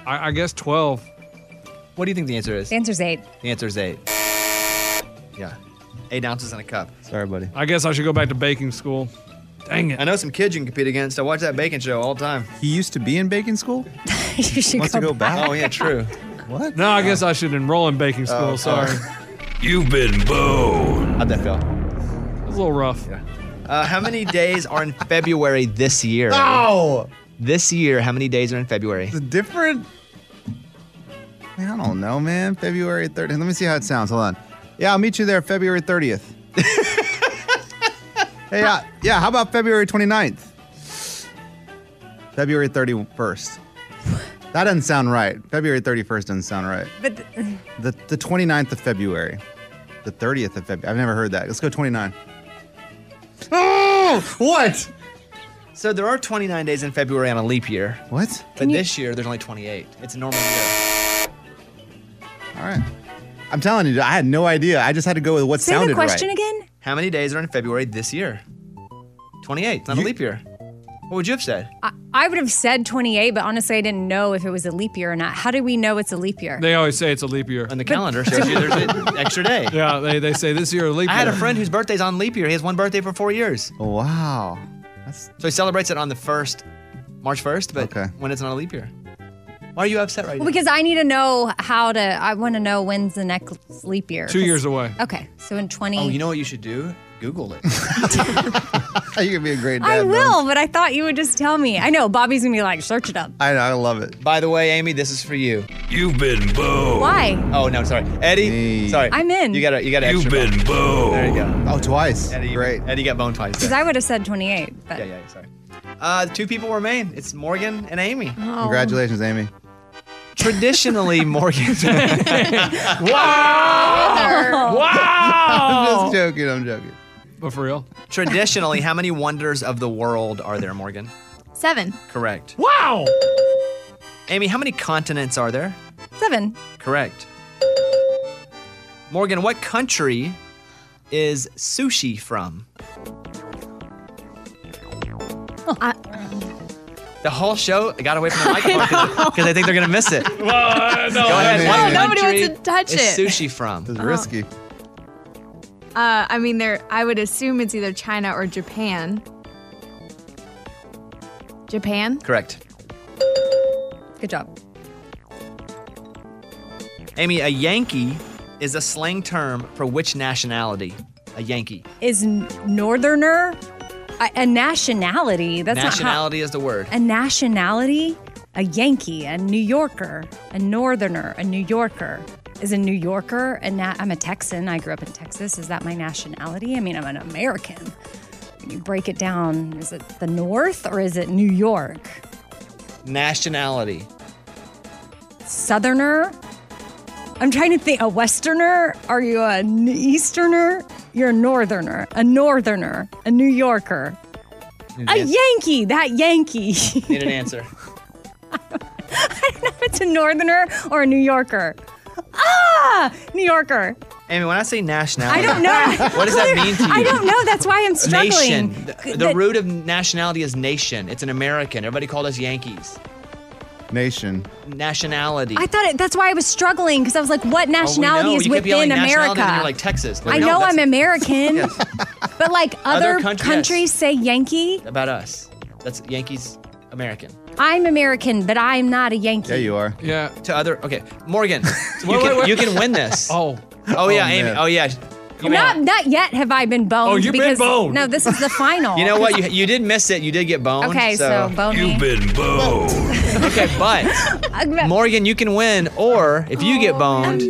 Speaker 6: I, I guess 12.
Speaker 2: What do you think the answer is?
Speaker 4: The answer's eight.
Speaker 2: The answer is eight. Yeah. Eight ounces in a cup.
Speaker 3: Sorry, buddy.
Speaker 6: I guess I should go back to baking school. Dang it.
Speaker 2: I know some kids you can compete against. I watch that baking show all the time.
Speaker 3: He used to be in baking school?
Speaker 4: [laughs] you should
Speaker 3: Wants to go back?
Speaker 2: Oh, yeah, true.
Speaker 6: [laughs]
Speaker 3: what?
Speaker 6: No, I guess I should enroll in baking school.
Speaker 2: Oh,
Speaker 6: sorry.
Speaker 10: You've been boned.
Speaker 2: How'd that feel?
Speaker 6: It was a little rough.
Speaker 2: Uh, how many days are in February this year?
Speaker 3: No!
Speaker 2: This year, how many days are in February?
Speaker 3: The different. Man, I don't know, man. February 30th. Let me see how it sounds. Hold on. Yeah, I'll meet you there February 30th. [laughs] hey, yeah, yeah, how about February 29th? February 31st. That doesn't sound right. February 31st doesn't sound right.
Speaker 4: But th-
Speaker 3: The, the 29th of February. The 30th of February. I've never heard that. Let's go 29. Oh, what?
Speaker 2: So there are 29 days in February on a leap year.
Speaker 3: What?
Speaker 2: But this year, there's only 28. It's a normal year.
Speaker 3: All right. I'm telling you, I had no idea. I just had to go with what
Speaker 4: Say
Speaker 3: sounded
Speaker 4: the question
Speaker 3: right.
Speaker 4: again.
Speaker 2: How many days are in February this year? 28. It's not a leap year. What would you have said?
Speaker 4: I, I would have said 28, but honestly, I didn't know if it was a leap year or not. How do we know it's a leap year?
Speaker 6: They always say it's a leap year.
Speaker 2: On the calendar shows you
Speaker 3: [laughs]
Speaker 2: there's an extra day.
Speaker 6: Yeah, they, they say this year a leap
Speaker 2: I
Speaker 6: year.
Speaker 2: had a friend whose birthday's on leap year. He has one birthday for four years.
Speaker 3: Wow.
Speaker 2: So he celebrates it on the first, March 1st, but when it's not a leap year. Why are you upset right
Speaker 4: Well,
Speaker 2: now?
Speaker 4: because I need to know how to. I want to know when's the next leap year.
Speaker 2: Two years away.
Speaker 4: Okay, so in 20.
Speaker 2: Oh, you know what you should do? Google it.
Speaker 3: [laughs] You're gonna be a great
Speaker 4: I will, but I thought you would just tell me. I know Bobby's gonna be like, search it up.
Speaker 3: I know, I love it.
Speaker 2: By the way, Amy, this is for you.
Speaker 10: You've been boned.
Speaker 4: Why?
Speaker 2: Oh no, sorry, Eddie. Sorry,
Speaker 4: I'm in.
Speaker 2: You got a you got an
Speaker 10: You've
Speaker 2: extra.
Speaker 10: been boned.
Speaker 2: There you go.
Speaker 3: Oh, twice.
Speaker 2: Eddie, great. Eddie got boned twice.
Speaker 4: Because I would have said 28. But
Speaker 2: yeah, yeah, sorry. Uh, two people remain. It's Morgan and Amy.
Speaker 4: Oh. [laughs]
Speaker 3: Congratulations, Amy.
Speaker 2: Traditionally, Morgan.
Speaker 6: Wow!
Speaker 3: I'm
Speaker 6: wow!
Speaker 3: just joking. I'm joking.
Speaker 6: But for real?
Speaker 2: Traditionally, how many wonders of the world are there, Morgan?
Speaker 1: Seven.
Speaker 2: Correct.
Speaker 6: Wow!
Speaker 2: Amy, how many continents are there?
Speaker 4: Seven.
Speaker 2: Correct. Morgan, what country is sushi from?
Speaker 15: Oh,
Speaker 2: The whole show got
Speaker 4: [laughs]
Speaker 2: away from the microphone because I think they're gonna miss it.
Speaker 6: Well, uh, no,
Speaker 2: Go
Speaker 6: [laughs]
Speaker 2: ahead.
Speaker 6: I-
Speaker 2: What
Speaker 1: No, nobody
Speaker 2: country
Speaker 1: wants to touch
Speaker 2: is
Speaker 1: it.
Speaker 2: sushi from? Oh. It's
Speaker 3: risky.
Speaker 1: Uh, I mean, there. I would assume it's either China or Japan. Japan.
Speaker 2: Correct.
Speaker 4: Good job.
Speaker 2: Amy, a Yankee is a slang term for which nationality? A Yankee.
Speaker 4: Is n- northerner a, a nationality? That's
Speaker 2: nationality
Speaker 4: not
Speaker 2: is the word.
Speaker 4: how, a nationality. A Yankee, a New Yorker, a northerner, a New Yorker. Is a New Yorker and na- I'm a Texan. I grew up in Texas. Is that my nationality? I mean, I'm an American. When you break it down, is it the North or is it New York?
Speaker 2: Nationality.
Speaker 4: Southerner. I'm trying to think. A Westerner? Are you a N- Easterner? You're a Northerner, a Northerner, a New Yorker,
Speaker 2: Need
Speaker 4: a
Speaker 2: an answer.
Speaker 4: Yankee. That Yankee.
Speaker 2: Need an answer.
Speaker 4: I don't know [laughs] if it's a Northerner or a New Yorker. Ah, New Yorker.
Speaker 2: Amy, when I say nationality,
Speaker 4: I don't know.
Speaker 2: [laughs] what does that mean to you?
Speaker 4: I don't know. That's why I'm struggling.
Speaker 2: Nation. The, the
Speaker 4: That-
Speaker 2: root of nationality is nation. It's an American. Everybody called us Yankees.
Speaker 3: Nation.
Speaker 2: Nationality.
Speaker 4: I thought it, that's why I was struggling because I was like, what
Speaker 2: Oh, we
Speaker 4: nationality
Speaker 2: know.
Speaker 4: is
Speaker 2: You kept yelling
Speaker 4: within
Speaker 2: nationality,
Speaker 4: America?
Speaker 2: and You're like Texas.
Speaker 4: I know
Speaker 2: [laughs]
Speaker 4: I'm American, but like
Speaker 2: Other
Speaker 4: other,
Speaker 2: country-
Speaker 4: countries say Yankee.
Speaker 2: about us. That's Yankees American.
Speaker 4: I'm American, but I'm not a Yankee.
Speaker 2: are.
Speaker 6: Yeah.
Speaker 2: To other. Okay,
Speaker 6: [laughs]
Speaker 2: Morgan, you,
Speaker 6: Wait,
Speaker 2: can,
Speaker 6: wait, wait.
Speaker 2: you can win this.
Speaker 6: [laughs] Oh.
Speaker 2: Oh yeah,
Speaker 6: Oh,
Speaker 2: Amy.
Speaker 6: man.
Speaker 2: Oh yeah. You
Speaker 4: Not, not yet have I been boned.
Speaker 2: Oh, you've been
Speaker 4: because,
Speaker 2: boned.
Speaker 4: No, this is the final.
Speaker 2: [laughs] You
Speaker 4: [laughs]
Speaker 2: know what? You, you did miss it. You did get boned.
Speaker 4: Okay, so bone me. You've
Speaker 2: been boned. [laughs] okay,
Speaker 4: [laughs]
Speaker 2: but Morgan, you can win, or if you get boned,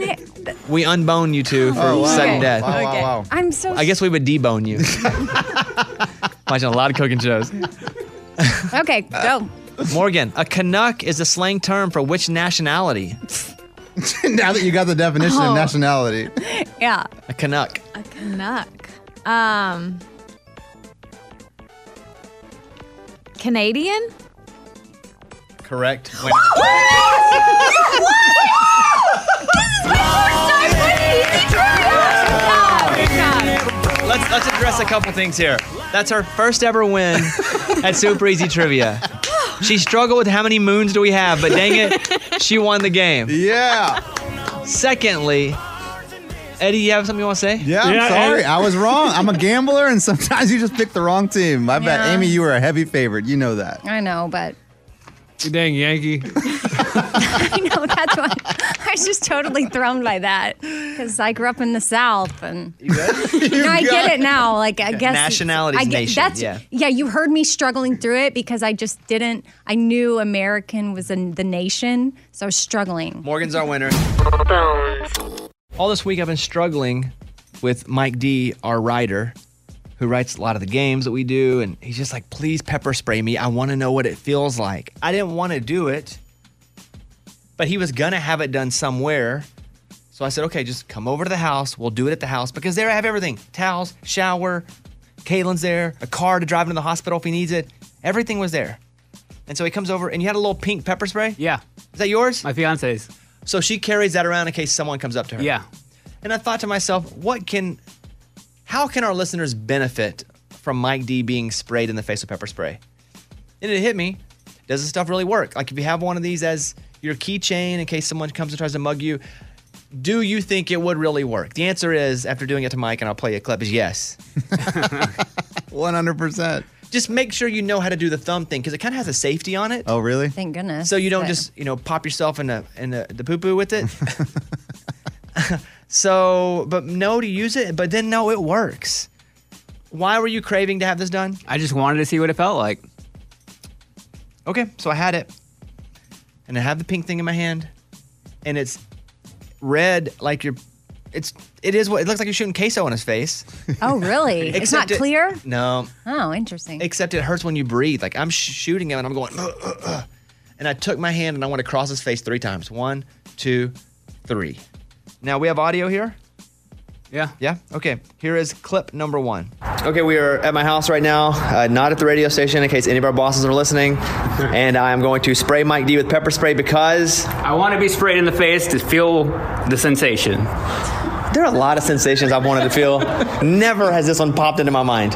Speaker 2: we unbone you two for
Speaker 4: Oh, wow.
Speaker 2: sudden
Speaker 4: Okay.
Speaker 2: death.
Speaker 4: Wow, wow, Okay. wow. I'm so
Speaker 2: I guess we would
Speaker 4: [laughs]
Speaker 2: debone you. Watching a lot of cooking shows. [laughs]
Speaker 4: okay, go.
Speaker 2: Morgan, a Canuck is a slang term for which nationality?
Speaker 3: [laughs] now that you got the definition
Speaker 1: Oh.
Speaker 3: of nationality,
Speaker 1: [laughs] Yeah.
Speaker 2: a Canuck.
Speaker 1: A Canuck. Um. Canadian?
Speaker 2: Correct. Let's let's address a couple things here. That's her first ever win at Super Easy Trivia. She struggled with how many moons do we have, but dang it, she won the game.
Speaker 3: Yeah.
Speaker 2: Secondly, Eddie, you have something you want to say?
Speaker 3: yeah, I'm sorry, I was wrong. I'm a gambler, and sometimes you just pick the wrong team. My bad,
Speaker 4: Yeah.
Speaker 3: Amy. You were a heavy favorite. You know that. [laughs]
Speaker 4: I know, but [laughs]
Speaker 6: You dang Yankee.
Speaker 4: I know that's why [laughs] I was just totally thrown by that because I grew up in the South and [laughs] no, I
Speaker 2: got
Speaker 4: get it now. Like I
Speaker 2: Yeah,
Speaker 4: guess
Speaker 2: nationality is
Speaker 4: I
Speaker 2: nation, yeah.
Speaker 4: you heard me struggling through it because I just didn't. I knew American was in the nation, so I was struggling.
Speaker 2: Morgan's our winner. All this week I've been struggling with Mike D, our writer, who writes a lot of the games that we do, and he's just like, please pepper spray me. I want to know what it feels like. I didn't want to do it, but he was gonna have it done somewhere. So I said, okay, just come over to the house. We'll do it at the house because there I have everything. Towels, shower, Caitlin's there, a car to drive into the hospital if he needs it. Everything was there. And so he comes over and you had a little pink pepper spray? Yeah. Is that yours? My fiance's. So she carries that around in case someone comes up to her. Yeah. And I thought to myself, what can how can our listeners benefit from Mike D being sprayed in the face with pepper spray? And it hit me. Does this stuff really work? Like if you have one of these as your keychain in case someone comes and tries to mug you, do you think it would really work? The answer is, after doing it to Mike, and I'll play you a clip,
Speaker 3: [laughs]
Speaker 2: is yes.
Speaker 3: 100%.
Speaker 2: Just make sure you know how to do the thumb thing because it kind of has a safety on it.
Speaker 3: Oh, really?
Speaker 4: Thank goodness.
Speaker 2: So you don't
Speaker 4: But-
Speaker 2: just, you know, pop yourself in the, in the, the poo poo with it. so, but no to use it, but then no, it works. Why were you craving to have this done?
Speaker 5: I just wanted to see what it felt like.
Speaker 2: Okay, so I had it, and I have the pink thing in my hand, and it's red like you're. It's it is what it looks like you're shooting queso on his face.
Speaker 4: [laughs] Oh,
Speaker 2: [laughs]
Speaker 4: really? it's not
Speaker 2: Except it-
Speaker 4: clear.
Speaker 2: No,
Speaker 4: Oh, interesting.
Speaker 2: except it hurts when you breathe. Like I'm sh- shooting him, and I'm going, "Ugh, ugh, ugh." and I took my hand and I went across his face three times. One, two, three. Now we have audio here.
Speaker 5: Yeah.
Speaker 2: Yeah. Okay. Here is clip number one. Okay, we are at my house right now, uh, not at the radio station in case any of our bosses
Speaker 5: [laughs]
Speaker 2: are listening. and I am going to spray Mike D with pepper spray because
Speaker 5: I want to be sprayed in the face to feel the sensation.
Speaker 2: there are a lot of sensations I've wanted
Speaker 5: [laughs]
Speaker 2: to feel. Never has this one popped into my mind.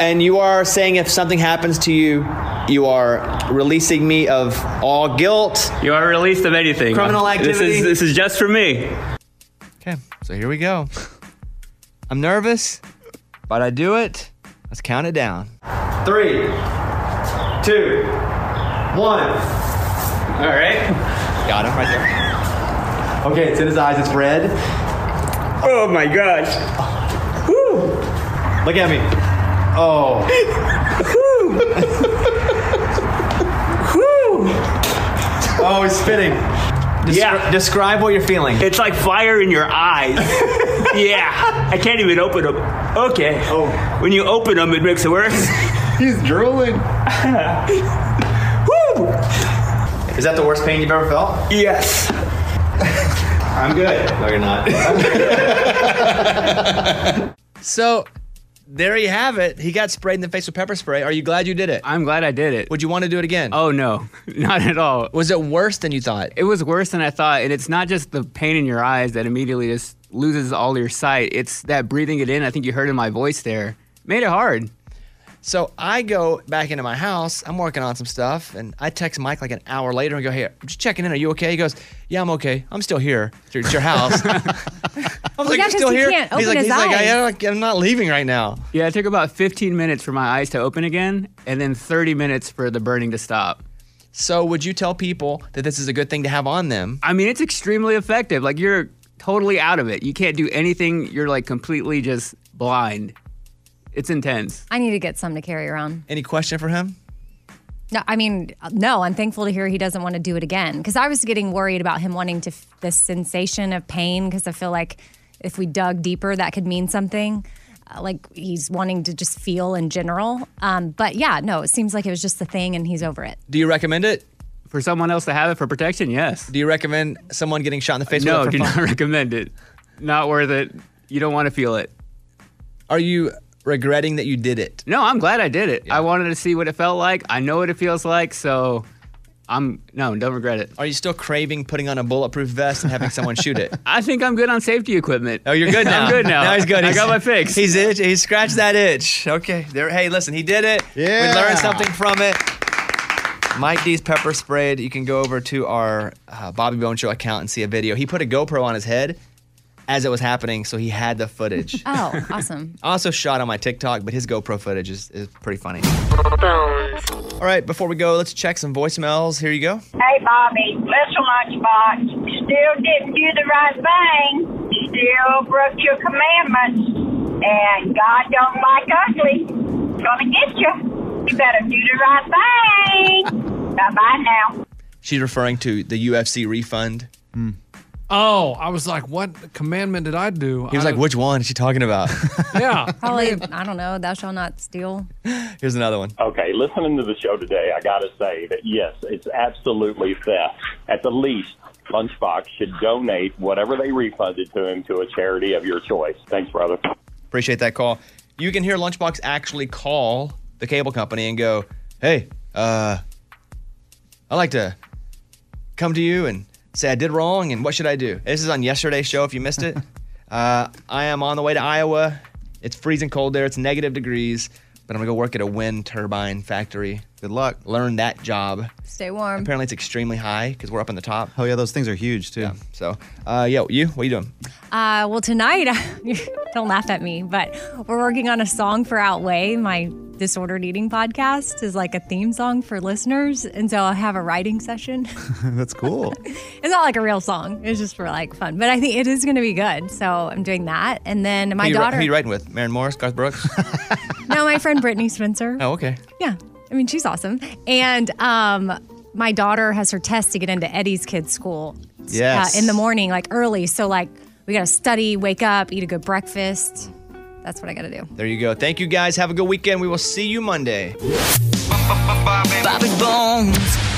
Speaker 2: And you are saying if something happens to you, you are releasing me of all guilt.
Speaker 5: You are released of anything.
Speaker 2: Criminal
Speaker 5: This
Speaker 2: activity.
Speaker 5: is, this is just for me.
Speaker 2: Okay, so here we go. I'm nervous, but I do it. Let's count it down. Three, two, one.
Speaker 5: All right.
Speaker 2: Got him right there. Okay, it's in his eyes. It's red. Oh my gosh. Woo. [laughs] Look at me. Oh. Woo. Woo. Oh, he's spitting. yeah. Describe what you're feeling.
Speaker 9: It's like fire in your eyes.
Speaker 2: [laughs]
Speaker 9: yeah. I can't even open them. Okay. Oh. When you open them, it makes it worse.
Speaker 2: [laughs] He's drooling. Is that the worst pain you've ever felt? Yes. [laughs] I'm good. No, you're not. so, there you have it. He got sprayed in the face with pepper spray. Are you glad you did it?
Speaker 15: I'm glad I did it.
Speaker 2: Would you want to do it again?
Speaker 15: Oh no, [laughs] not at all.
Speaker 2: Was it worse than you thought?
Speaker 15: It was worse than I thought, and it's not just the pain in your eyes that immediately just loses all your sight. It's that breathing it in. I think you heard in my voice there. Made it hard.
Speaker 2: So I go back into my house. I'm working on some stuff, and I text Mike like an hour later and go, "Hey, I'm just checking in. Are you okay?" He goes, "Yeah, I'm okay. I'm still here. It's your, it's
Speaker 15: [laughs]
Speaker 2: your house." I was
Speaker 15: Well, yeah,
Speaker 2: like, "You're
Speaker 15: 'cause
Speaker 2: still
Speaker 15: he
Speaker 2: here?"
Speaker 15: can't
Speaker 2: he's like,
Speaker 15: open his
Speaker 2: "He's like, I,
Speaker 15: eyes.
Speaker 2: I don't- I'm not leaving right now."
Speaker 15: Yeah, it took about 15 minutes for my eyes to open again, and then 30 minutes for the burning to stop.
Speaker 2: So would you tell people that this is a good thing to have on them?
Speaker 15: I mean, it's extremely effective. Like you're totally out of it. You can't do anything. You're like completely just blind. It's intense.
Speaker 4: I need to get some to carry around.
Speaker 2: Any question for him?
Speaker 4: No, I mean, no, I'm thankful to hear he doesn't want to do it again because I was getting worried about him wanting to, f- the sensation of pain because I feel like if we dug deeper, that could mean something. Uh, like he's wanting to just feel in general. Um, but yeah, no, it seems like it was just the thing and he's over it.
Speaker 2: Do you recommend it?
Speaker 15: For someone else to have it for protection, yes.
Speaker 2: Do you recommend someone getting shot in the face?
Speaker 15: no,
Speaker 2: with it
Speaker 15: do
Speaker 2: for
Speaker 15: not [laughs]
Speaker 2: fun?
Speaker 15: recommend it. Not worth it. You don't want to feel it.
Speaker 2: Are you regretting that you did it?
Speaker 15: No, I'm glad I did it. I wanted to see what it felt like. I know what it feels like, so I'm no, don't regret it.
Speaker 2: Are you still craving putting on a bulletproof vest and having someone shoot it?
Speaker 15: [laughs] I think I'm good on safety equipment.
Speaker 2: Oh, you're good
Speaker 15: [laughs]
Speaker 2: now.
Speaker 15: I'm good now.
Speaker 2: Now he's good.
Speaker 15: I
Speaker 2: He's-
Speaker 15: got my fix.
Speaker 2: He's itch. He scratched that itch. Okay. There. Hey, listen. He did it.
Speaker 15: Yeah.
Speaker 2: We learned something from it. Mike D's pepper sprayed. You can go over to our uh, Bobby Bone Show account and see a video. He put a GoPro on his head as it was happening, so he had the
Speaker 4: [laughs]
Speaker 2: footage. [laughs]
Speaker 4: Oh, awesome.
Speaker 2: I also shot on my TikTok, but his GoPro footage is, is pretty funny. All right, before we go, let's check some voicemails. Here you go.
Speaker 24: Hey, Bobby, listen, Lunchbox. Still didn't do the right thing. Still broke your commandments. And God don't like ugly. Gonna get you. You better do the right thing. bye bye now.
Speaker 2: She's referring to the UFC refund.
Speaker 6: Oh, I was like, what commandment did I do?
Speaker 2: He was like, which one is she talking about?
Speaker 6: yeah.
Speaker 4: Probably, I don't know, thou shalt not steal.
Speaker 2: [laughs] Here's another one.
Speaker 25: Okay, listening to the show today, I got to say that yes, it's absolutely theft. At the least, Lunchbox should donate whatever they refunded to him to a charity of your choice. Thanks, brother.
Speaker 2: Appreciate that call. You can hear Lunchbox actually call the cable company and go, "Hey, uh, I'd like to come to you and say I did wrong and what should I do?" This is on yesterday's show. If you missed [laughs] it, uh, I am on the way to Iowa. It's freezing cold there. It's negative degrees, but I'm gonna go work at a wind turbine factory. Good luck. Learn that job.
Speaker 4: Stay warm.
Speaker 2: Apparently, it's extremely high because we're up in the top. Oh yeah, those things are huge too. So, uh, yo, you, what you doing?
Speaker 4: Uh, well, tonight, [laughs] don't laugh at me, but we're working on a song for Outway. My disordered eating podcast is like a theme song for listeners. And so I have a writing session. [laughs]
Speaker 3: That's cool.
Speaker 4: it's not like a real song, it's just for like fun, but I think it is going to be good. So I'm doing that. And then my
Speaker 2: who you, ri-
Speaker 4: daughter,
Speaker 2: Who you writing with? Maren Morris, Garth [laughs] Brooks.
Speaker 4: no, my friend Brittany Spencer.
Speaker 2: oh, okay.
Speaker 4: Yeah. I mean, she's awesome. And um, my daughter has her test to get into Eddie's kids' school uh,
Speaker 3: Yes.
Speaker 4: in the morning, like early. So, like, we got to study, wake up, eat a good breakfast. That's what I got to do.
Speaker 2: There you go. Thank you guys. Have a good weekend. We will see you Monday.
Speaker 8: Bobby Bones.